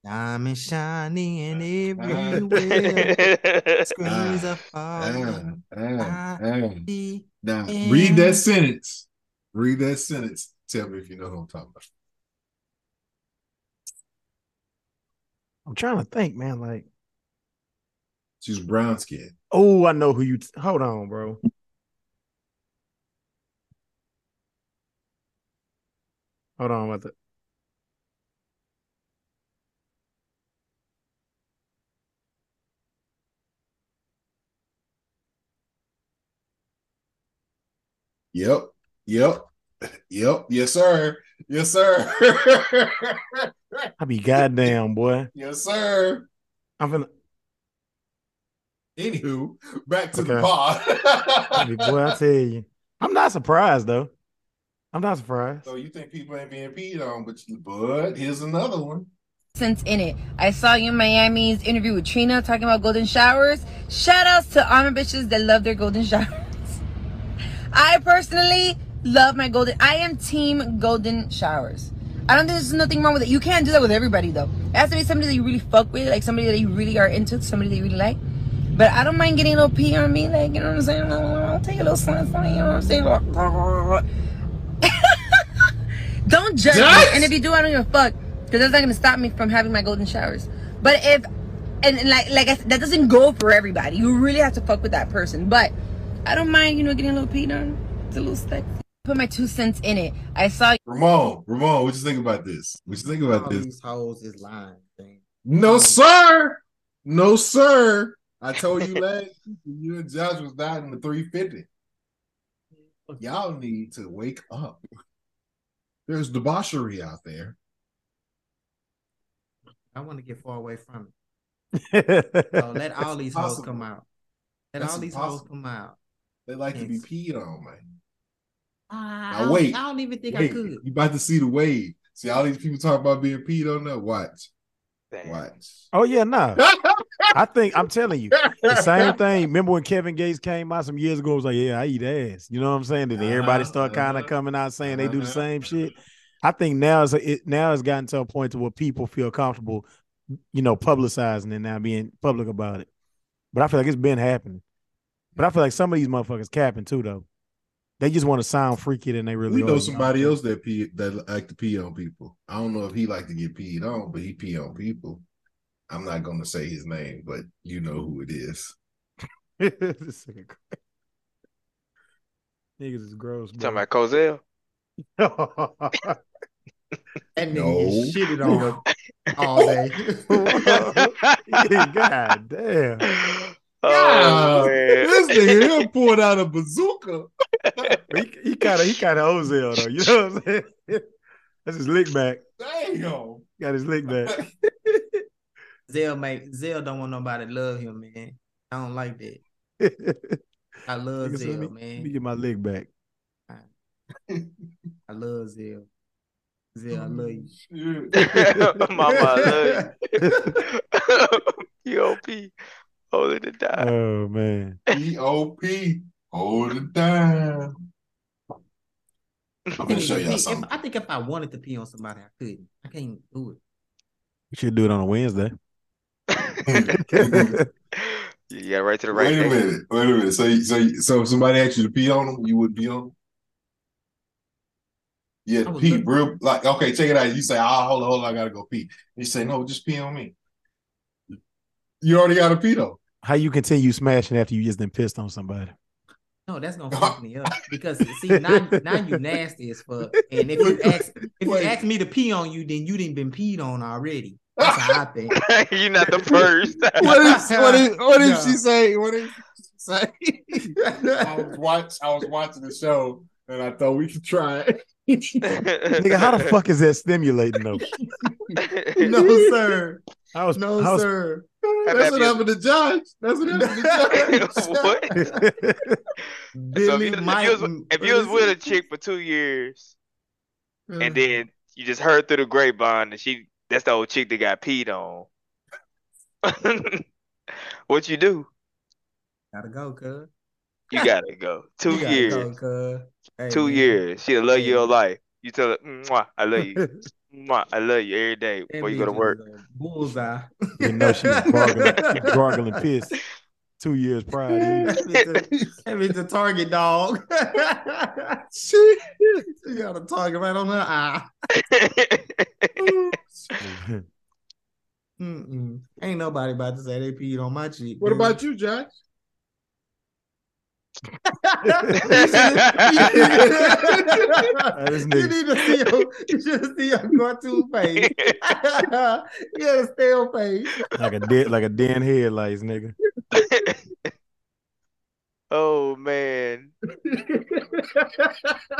A: Diamond shining in
I: <laughs>
B: Ah.
F: <laughs>
A: everywhere. Screens
B: Ah,
A: are
C: Uh,
A: falling.
B: ah, ah, ah.
A: I
B: Now
A: am-
B: read that sentence. Read that sentence. Tell me if you know who I'm talking about.
C: I'm trying to think, man. Like,
B: She's brown skin.
C: oh, I know who you. T- Hold on, bro. Hold on with it.
B: Yep. Yep. Yep. Yes, sir. Yes, sir. <laughs>
C: I be goddamn boy.
B: yes, sir.
C: I'm gonna
B: Anywho, back to the
C: Okay. I be,
B: pod.
C: boy. I tell you, I'm not surprised though. I'm not
B: <laughs>
C: surprised. <laughs>
B: so you think people ain't being peed on, but you, bud, here's another one.
L: sense in it. I saw you in Miami's interview with Trina talking about golden showers. Shout outs to armor bitches that love their golden <laughs> showers. I personally love my golden. I am team golden showers. I don't think there's nothing wrong with it. You can't do that with everybody though. It has to be somebody that you really fuck with, like somebody that you really are into, somebody that you really like. But I don't mind getting a little pee on me, like you know what I'm saying. I'll take a little slant, slant, you know what I'm saying. Don't judge me.
M: Judge?
L: And if you do, I don't give a fuck. Because that's not going to stop me from having my golden showers. But if, and, and like, like I said, that doesn't go for everybody. You really have to fuck with that person. But I don't mind, you know, getting a little peed on. It's a little sexy. Put my two cents in it. I saw
B: Ramon, Ramon, what you think about this? What you think about
A: All
B: this?
A: these hoes is lying. man.
B: No, sir. No, sir. I told you last week, you and Josh was not in the 350. Y'all need to wake up. There's debauchery out there.
A: I want to get far away from
C: it.
A: So
B: <laughs>
A: let all these hoes
B: Impossible.
A: come out. Let
B: That's
A: all these
B: impossible.
A: hoes come out.
B: They like to be
A: Yes.
B: peed on, man.
A: I,
B: Now,
A: don't-
B: wait.
A: I don't even think I
B: Wait,
A: could.
B: You about to see the wave. See all these people talking about being peed on now. Watch. Watch.
C: Oh yeah, nah. I think I'm telling you the same thing. Remember when Kevin Gates came out some years ago? Was like, yeah, I eat ass. You know what I'm saying? Then everybody start kind of coming out saying they do the
B: Uh-huh.
C: same shit. I think now it's it, now it's gotten to a point to where people feel comfortable, you know, publicizing and now being public about it. But I feel like it's been happening. But I feel like some of these motherfuckers capping too though. They just want to sound freaky than they really.
B: we
C: are,
B: know
C: you
B: somebody else that pee that like to pee on people. I don't know if he like to get peed on, but he pee on people. I'm not gonna say his name, but you know who it is.
C: <laughs> This nigga cra- Niggas is gross.
F: You talking about Cozell?
C: that
A: nigga
B: No.
A: get shitted on
B: <laughs>
A: all day.
C: <laughs> God damn.
A: <laughs>
F: Oh, man.
B: this nigga here pulled out a bazooka.
C: He, he kind of he kind of Ozell though. You know what I'm saying? <laughs> That's his lick back.
B: Damn.
C: Got his lick back. <laughs>
B: <laughs>
A: Zell make Zell don't want nobody to love him, man. I don't like that. I love
C: Nigga said,
A: Zell,
C: let, me, let me
A: man.
C: get my lick back.
A: I love Zell. Zell, I love you.
F: <laughs> Mama,
B: <laughs>
F: I love you. EOP, holy to die.
C: Oh man.
B: EOP, hold it down. I'm
F: <laughs>
B: gonna
A: Nigga,
B: show
A: if-
B: y'all
A: if-
B: something.
A: I think if I wanted to pee on somebody, I couldn't. I can't do it.
C: We should do it on a <laughs> Wednesday. <laughs>
F: You got right to the right
B: Wait a
F: day.
B: minute. Wait a minute. So, so, so if somebody asked you to pee on them, you would pee on them? Yeah,
A: I would
B: pee
A: look-
B: real like okay, check it out. You say, ah, hold on, hold on, I gotta go pee. You say, no, just pee on me. You already got a pee though.
C: How you continue smashing after you just then pissed on somebody?
A: No, that's
B: <laughs>
A: gonna fuck me up because see now, now you nasty as fuck. And if you ask if you
B: Wait.
A: ask me to pee on you, then you didn't been peed on already. That's
B: <laughs>
A: how I think.
F: <laughs> You're not the first.
B: What if what if what if
A: Yeah. <laughs>
B: she say what if she say I was watch I was watching the show and I thought we could try it. <laughs>
C: Nigga, <laughs> how the
F: <laughs>
C: fuck is that stimulating though?
A: No, sir.
C: I was
A: No,
C: I was,
A: sir.
B: That's what happened to Josh. That's what
A: <laughs>
B: happened to Josh.
F: <laughs> what?
B: <laughs>
F: So if
A: Billy
F: you, if you
A: Mike.
F: was, if you was with a chick for two years
B: Mm.
F: and then you just heard through the grapevine that she that's the old chick that got peed on. <laughs> what you do?
A: gotta go, cuz.
F: You gotta go. Two
A: You gotta
F: years.
A: go, cuz. Hey,
F: Two
A: man.
F: years. She'll love you
A: Hey.
F: all life. You tell her, Mwah,
A: <laughs>
F: I love you. Mwah, I love you every day
A: That
F: before you go to
A: bitch
F: work.
A: was a Bullseye.
C: <laughs> you know she was gargling,
A: <laughs>
C: gargling piss two years prior. To you.
A: That bitch a- that bitch a target dog. <laughs>
B: She-
A: she got a target right on her eye.
C: <laughs>
A: Mm-mm. Ain't nobody about to say they peed on my cheek.
B: What
A: dude. <laughs>
B: about you, Josh?
A: you?
C: Hey, this
A: you
C: nigga,
A: need to see your, you should see your cartoon face. <laughs> you had a stale face. <laughs>
C: like a dead, like a dead headlights, nigga.
F: <laughs> oh man.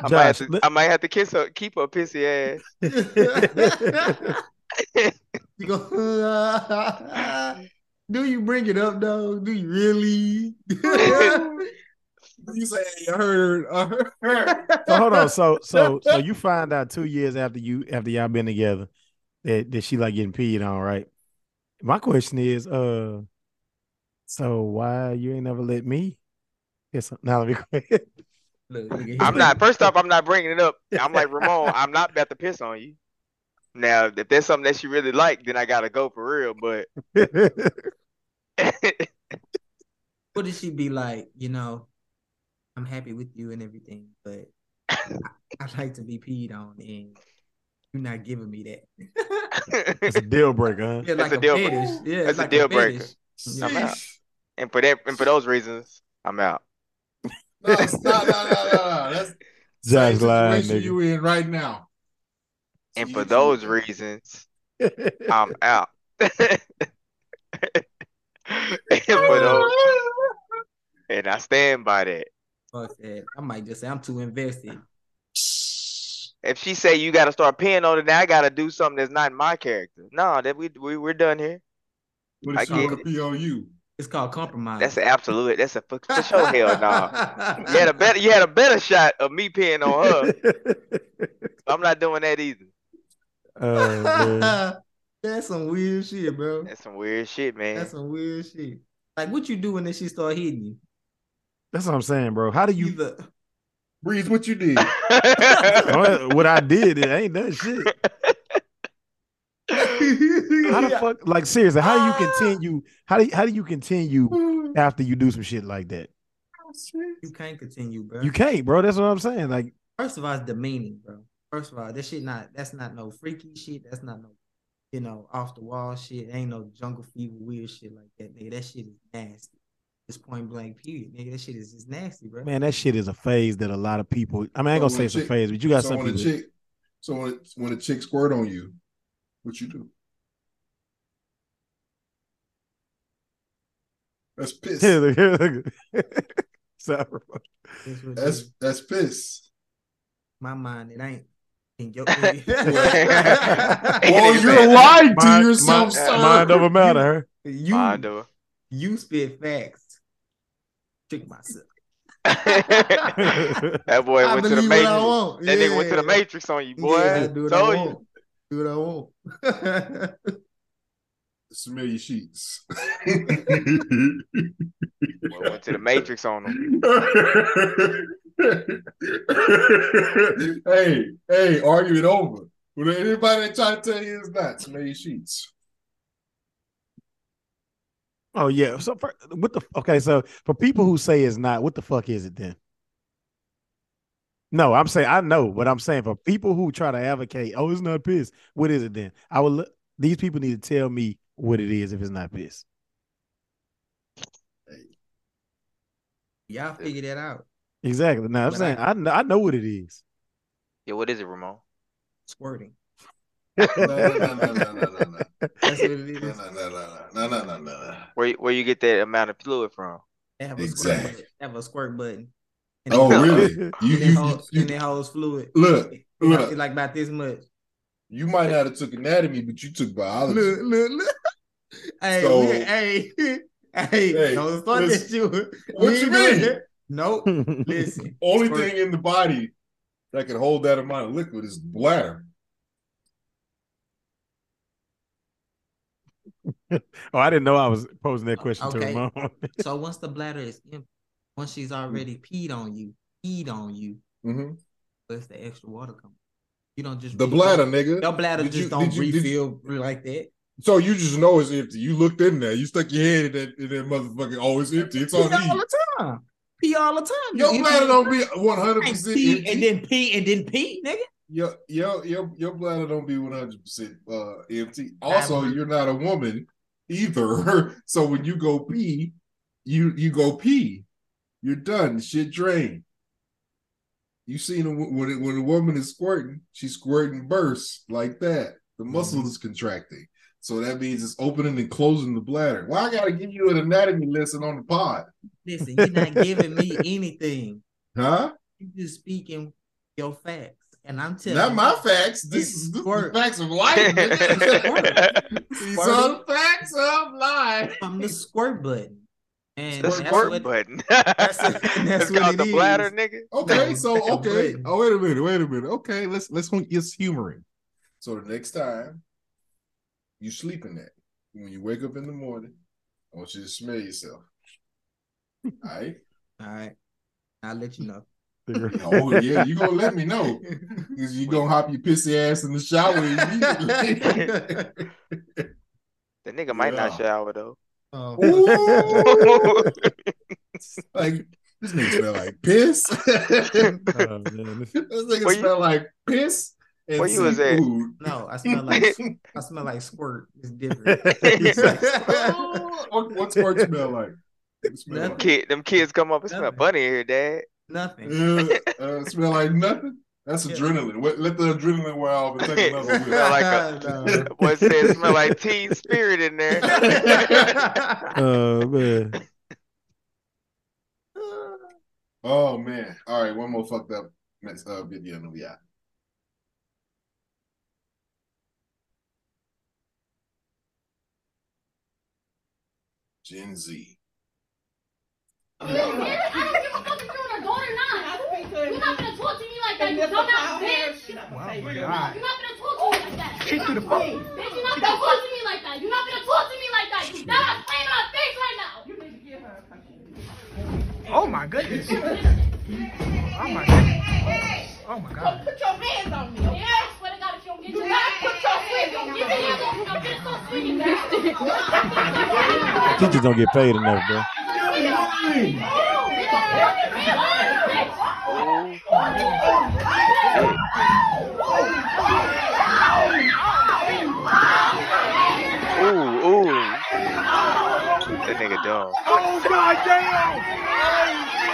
F: I might have
C: Josh,
F: to
C: let-
F: I might have to kiss her keep her pissy
A: <laughs>
F: ass.
A: you go. <laughs> do you bring it up though? Do you really? <laughs>
B: You say I heard, I heard,
C: so hold on.
B: <laughs>
C: So so so you find out two years after you after y'all been together that that she like getting peed on, right? My question is, uh, so why you ain't never let me? Yes, now let me quit.
A: <laughs>
C: <laughs>
A: Look, nigga, he-
F: I'm not first off, I'm not bringing it up. I'm like Ramon, I'm not about to piss on you. Now, if there's something that she really liked, then I gotta go for real. But <laughs>
A: What did she be like? You know, I'm happy with you and everything, but I, I like to be peed on, and you're not giving me that. <laughs>
C: it's a deal breaker, huh?
A: Yeah, like
F: a
A: a,
F: deal breaker.
A: fetish. Yeah,
F: That's
A: it's
F: a
A: like
F: deal
A: a
F: breaker.
A: fetish.
F: I'm out.
B: <laughs>
F: and for that and for those reasons, I'm out.
B: No, no, no, no, no. That's the same
C: Josh lying,
B: situation you in right now.
F: And
B: You-
F: for those reasons,
C: nigga.
F: I'm out. <laughs> and for those, and I stand by that.
A: Fuck that. I might just say I'm too invested.
F: If she say you gotta start paying on it, now I gotta do something that's not in my character. No, that we we we're done here.
B: What
F: I
B: if she
F: get
B: want to pee on you?
A: It's called compromise.
F: That's an absolute. That's a for, for sure hell no.
A: <laughs>
F: You had a better you had a better shot of me paying on
C: <laughs>
F: her. I'm not doing that either.
C: Oh, man.
A: that That's some weird shit, bro.
F: That's some weird shit, man.
A: That's some weird shit. Like, what you do when that shit start hitting you?
C: That's what I'm saying, bro. How do you
B: <laughs>
A: Either
B: Breeze, what you did?
F: <laughs>
C: Well, what I did? It ain't done shit. How the fuck? Like seriously, how do you
B: Ah.
C: continue? How do you, how do you continue
B: Hmm.
C: after you do some shit like that?
A: <laughs> you can't continue, bro.
C: You can't, bro. That's what I'm saying. Like
A: First of all, it's demeaning, bro. First of all, that shit not that's not no freaky shit. That's not no, you know, off the wall shit. Ain't no jungle fever weird shit like that, nigga. That shit is nasty. It's point blank period, nigga. That shit is just nasty, bro.
C: Man, that shit is a phase that a lot of people. I mean, I ain't gonna say it's a phase, but you got
B: so
C: some
B: when
C: people.
B: A chick, so when a, when a chick squirt on you, what you do? That's piss.
C: Here, look, here, look. <laughs>
A: That's
C: Sorry.
A: what it
B: That's
A: is.
B: that's piss.
A: my mind. It ain't. In your,
B: <laughs> Well, you're lying to
C: Mind-
B: yourself,
C: mind-
B: sir.
C: Mind over matter.
A: you
B: Ah,
F: Mind over.
A: you spit facts. Trick myself.
F: <laughs>
C: <laughs>
F: that boy
A: I
F: went to the
A: believe what I
F: matrix.
A: want.
F: That nigga went to the
A: Yeah.
F: matrix on you, boy.
A: Yeah, I do what I
F: Told you.
A: want. Do what I want.
B: Smell your sheets.
F: Boy, went to the matrix on him.
B: <laughs> hey, hey, argument over. Would anybody that try to tell you it's not smell your sheets?
C: Oh yeah. So for, what the? Okay, so for people who say it's not, what the fuck is it then? No, I'm saying I know, but I'm saying for people who try to advocate, oh, it's not piss. What is it then? I will. look- These people need to tell me what it is if it's not piss.
A: <laughs> Y'all figure that out.
C: Exactly. No, I'm
F: But I-
C: saying I know, I know what it is.
F: Yeah, what is it, Ramon?
A: Squirting.
B: No, no, no, no, no, no, no, no.
A: That's what it
B: No,
A: is.
B: no, no, no, no, no, no, no, no.
F: Where where you get that amount of fluid from?
A: They have a
B: Exactly.
A: squirt button. They have a squirt button. And
B: Oh,
A: it-
B: really? You,
A: And it
B: you,
A: holds,
B: you,
A: and it holds fluid.
B: Look,
A: It-
B: look.
A: It's like about this much.
B: you might not have took anatomy, but you took
A: <laughs>
B: biology.
A: Look, look, look. Hey,
B: So-
A: we, hey, <laughs> hey,
B: Hey,
A: don't start
B: listen.
A: this shit.
B: What
A: We
B: you
A: ain't doing
B: mean?
A: that. Nope. Listen.
B: <laughs> Only
A: squirt-
B: thing in the body that can hold that amount of liquid is the bladder.
C: <laughs> oh, I didn't know I was posing that question
A: Okay.
C: to Ramon.
A: So once the bladder is empty, once she's already peed on you, peed on you,
B: hmm
A: where's the extra water coming? You don't just
B: The
A: you don't-
B: bladder, nigga.
A: Your bladder
B: Did
A: just
B: you-
A: don't
B: did you- did
A: refill like that.
B: So you just know it's empty. You looked in there. You stuck your head in that, in that motherfucker. Oh, it's empty. It's
A: Pee
B: on
A: all
B: E.
A: the time. Pee all the time.
B: Your
A: You
B: bladder
A: empty-
B: don't be one hundred
A: Can't
B: percent
A: pee and
B: empty.
A: then pee and then pee, nigga.
B: Your your your your bladder don't be one hundred percent uh, empty. Also,
A: Absolutely.
B: you're not a woman either. <laughs> So when you go pee, you you go pee. You're done. Shit drained. You seen a, wo- when it, when a woman is squirting, she's squirting bursts like that. The muscle is contracting, so that means it's opening and closing the bladder. Why I gotta give you an anatomy lesson on the pod,
A: Listen, you're not giving
B: <laughs>
A: me anything.
B: huh?
A: You just speaking your facts, and I'm telling
B: Not
A: you,
B: my facts. This is this is the
A: Squirt.
B: facts of life.
F: <laughs>
B: nigga. These are the facts of life.
A: from the squirt button, and
F: The
A: that's
F: squirt
A: what
F: button.
A: <laughs> that's- that's
F: it's
A: what
F: called
A: it
F: the bladder,
A: is. Oh.
F: nigga.
B: Okay,
A: No,
B: so
A: that
B: okay.
A: wouldn't.
B: Oh, wait a minute, wait a minute. Okay, let's let's hum- it's humoring. So the next time you sleep in that, when you wake up in the morning, I want you to smell yourself. All right.
A: All right, I'll let you know.
C: <laughs>
B: Oh yeah, you gonna let me
A: <laughs>
B: know because you gonna hop your pissy ass in the shower <laughs> immediately.
F: The nigga might not
B: Yeah.
A: <laughs>
F: shower though.
A: Oh,
F: Oh,
B: Ooh, like this nigga smell like piss. <laughs> this
C: <laughs> Oh, man, this-
B: nigga
F: Where you-
B: smell like piss and
F: Where you was at?
B: seafood.
A: no,
F: <laughs>
A: I smell like I smell like squirt. It's different.
C: <laughs>
B: <laughs> what, what's squirt smell like? It smell like,
F: Kid, them kids come up and smell
A: Nothing.
F: bunny in here, dad. Mm,
A: Nothing.
B: <laughs> uh, uh, smell like nothing. That's
A: Yeah.
B: adrenaline. Wait, let the adrenaline wear off and take
F: <laughs>
B: another
F: Smell
B: whiff.
F: like a-
A: No. <laughs>
F: That boy said it smell like teen spirit in there. <laughs>
C: oh man.
B: Oh man! All right, one more fucked up next uh, video, and we out. Gen Z.
M: You're not gonna talk to me like that, you dumbass bitch. You're not gonna talk to me like like that.
N: She threw the phone.
M: Bitch, you're not gonna talk to me like that. You're not gonna talk to me like that. You die playing my face right now. You need to give her a
N: Oh my goodness. Oh my goodness. Oh my god.
M: Put your hands on me. Yeah, I swear to God, if you don't get your hands, put your hands on me. Give your hands on me. I'm just gonna swing you back.
C: Teachers don't get paid enough, bro.
F: Ooh, ooh. That nigga dumb.
N: Oh god damn!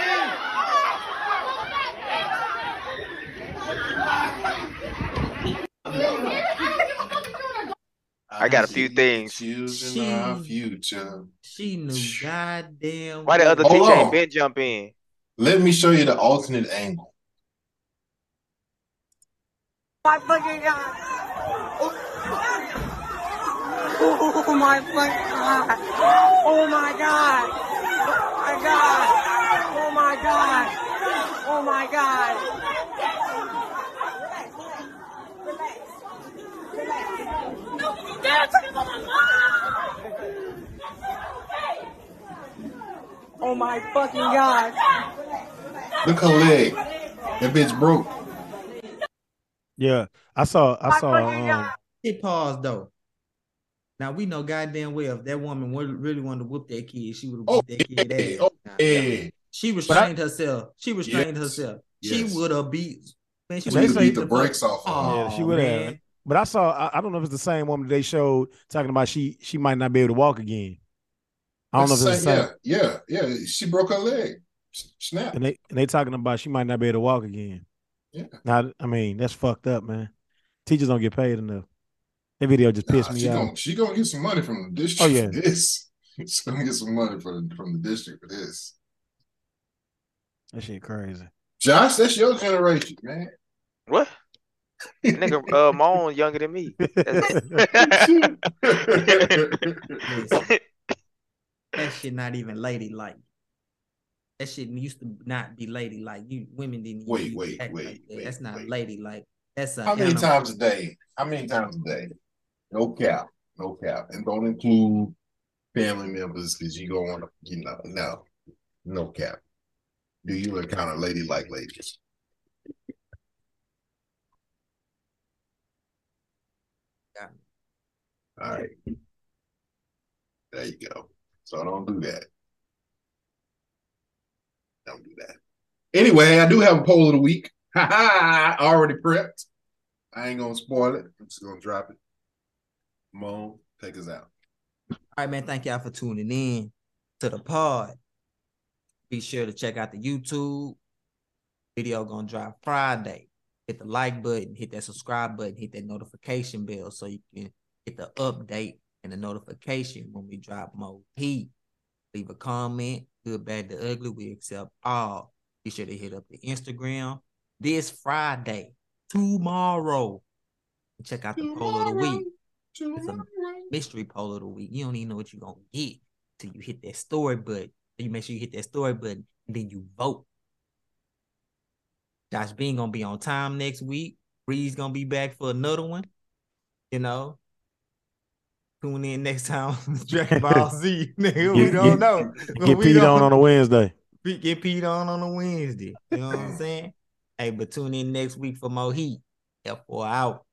F: I got a few things.
B: Choosing our future.
A: She knew goddamn.
F: Why the other
B: Hold
F: teacher
B: on.
F: ain't been jump in?
B: Let me show you the alternate angle.
N: My fucking god. Oh my fucking god. Oh my god. Oh my god. Oh my god. Oh my god. Oh my fucking god.
B: Look her leg. That bitch broke.
C: Yeah, I saw. I saw. Um,
A: It paused though. Now we know goddamn well if that woman wa- really wanted to whoop that kid, she would have whooped that kid ass.
F: Oh,
A: Now,
B: yeah.
A: She restrained herself. She restrained herself.
B: Yes.
A: She would have beat. Man, she
C: They
A: would've
C: say
A: beat
C: the
A: fuck-
B: brakes off of her.
A: Aw,
C: yeah, she would have.
A: Oh, man.
C: But I saw. I, I don't know if it's the same woman they showed talking about she she might not be able to walk again. I don't know if it's the same.
B: yeah, yeah, yeah. She broke her leg. S- Snap.
C: And they and they talking about she might not be able to walk again.
B: Yeah.
C: Now I mean that's fucked up, man. Teachers don't get paid enough. That video just pissed
B: Nah,
C: me
B: she
C: off.
B: gonna she gonna get some money from the district
C: Oh, yeah.
B: for this. <laughs> She's gonna get some money from from the district for this.
C: That shit crazy.
B: Josh, that's your generation, man. <laughs>
F: What? nigga, uh, Moan younger
B: <laughs>
F: than me. <laughs> That's-
A: That shit not even ladylike. That shit used to not be ladylike. You women didn't.
B: Wait,
A: used to
B: wait,
A: act
B: wait,
A: like that.
B: wait,
A: That's not
B: wait.
A: ladylike. That's a
B: How many
A: animal.
B: times a day? How many times a day? No cap, no cap, and don't include family members because you go on. You know, no, no cap. Do you encounter lady like ladies?
A: Yeah.
B: All right, there you go. So don't do that. Don't do that. Anyway, I do have a poll of the week. <laughs> Ha ha! Already prepped. I ain't gonna spoil it. I'm just gonna drop it. Moan, take us out.
A: All right, man. Thank y'all for tuning in to the pod. Be sure to check out the YouTube video. Gonna drop Friday. Hit the like button, hit that subscribe button, hit that notification bell so you can get the update and the notification when we drop more heat. Leave a comment, good, bad, the ugly. We accept all. Be sure to hit up the Instagram this Friday, tomorrow. Check out the poll of the week. It's a mystery poll of the week. You don't even know what you're gonna get till you hit that story button. So you make sure you hit that story button and then you vote. Josh Bean gonna be on time next week. Bree's gonna be back for another one. You know. Tune in next time. Dragon Ball Z. Nigga, we
C: Get-
A: don't
C: get-
A: know.
C: <laughs>
A: <laughs>
C: Get
A: We
C: peed
A: don't-
C: on on a Wednesday.
A: we get peed on on a Wednesday. You know what I'm saying? Hey, but tune in next week for more heat. F4 out.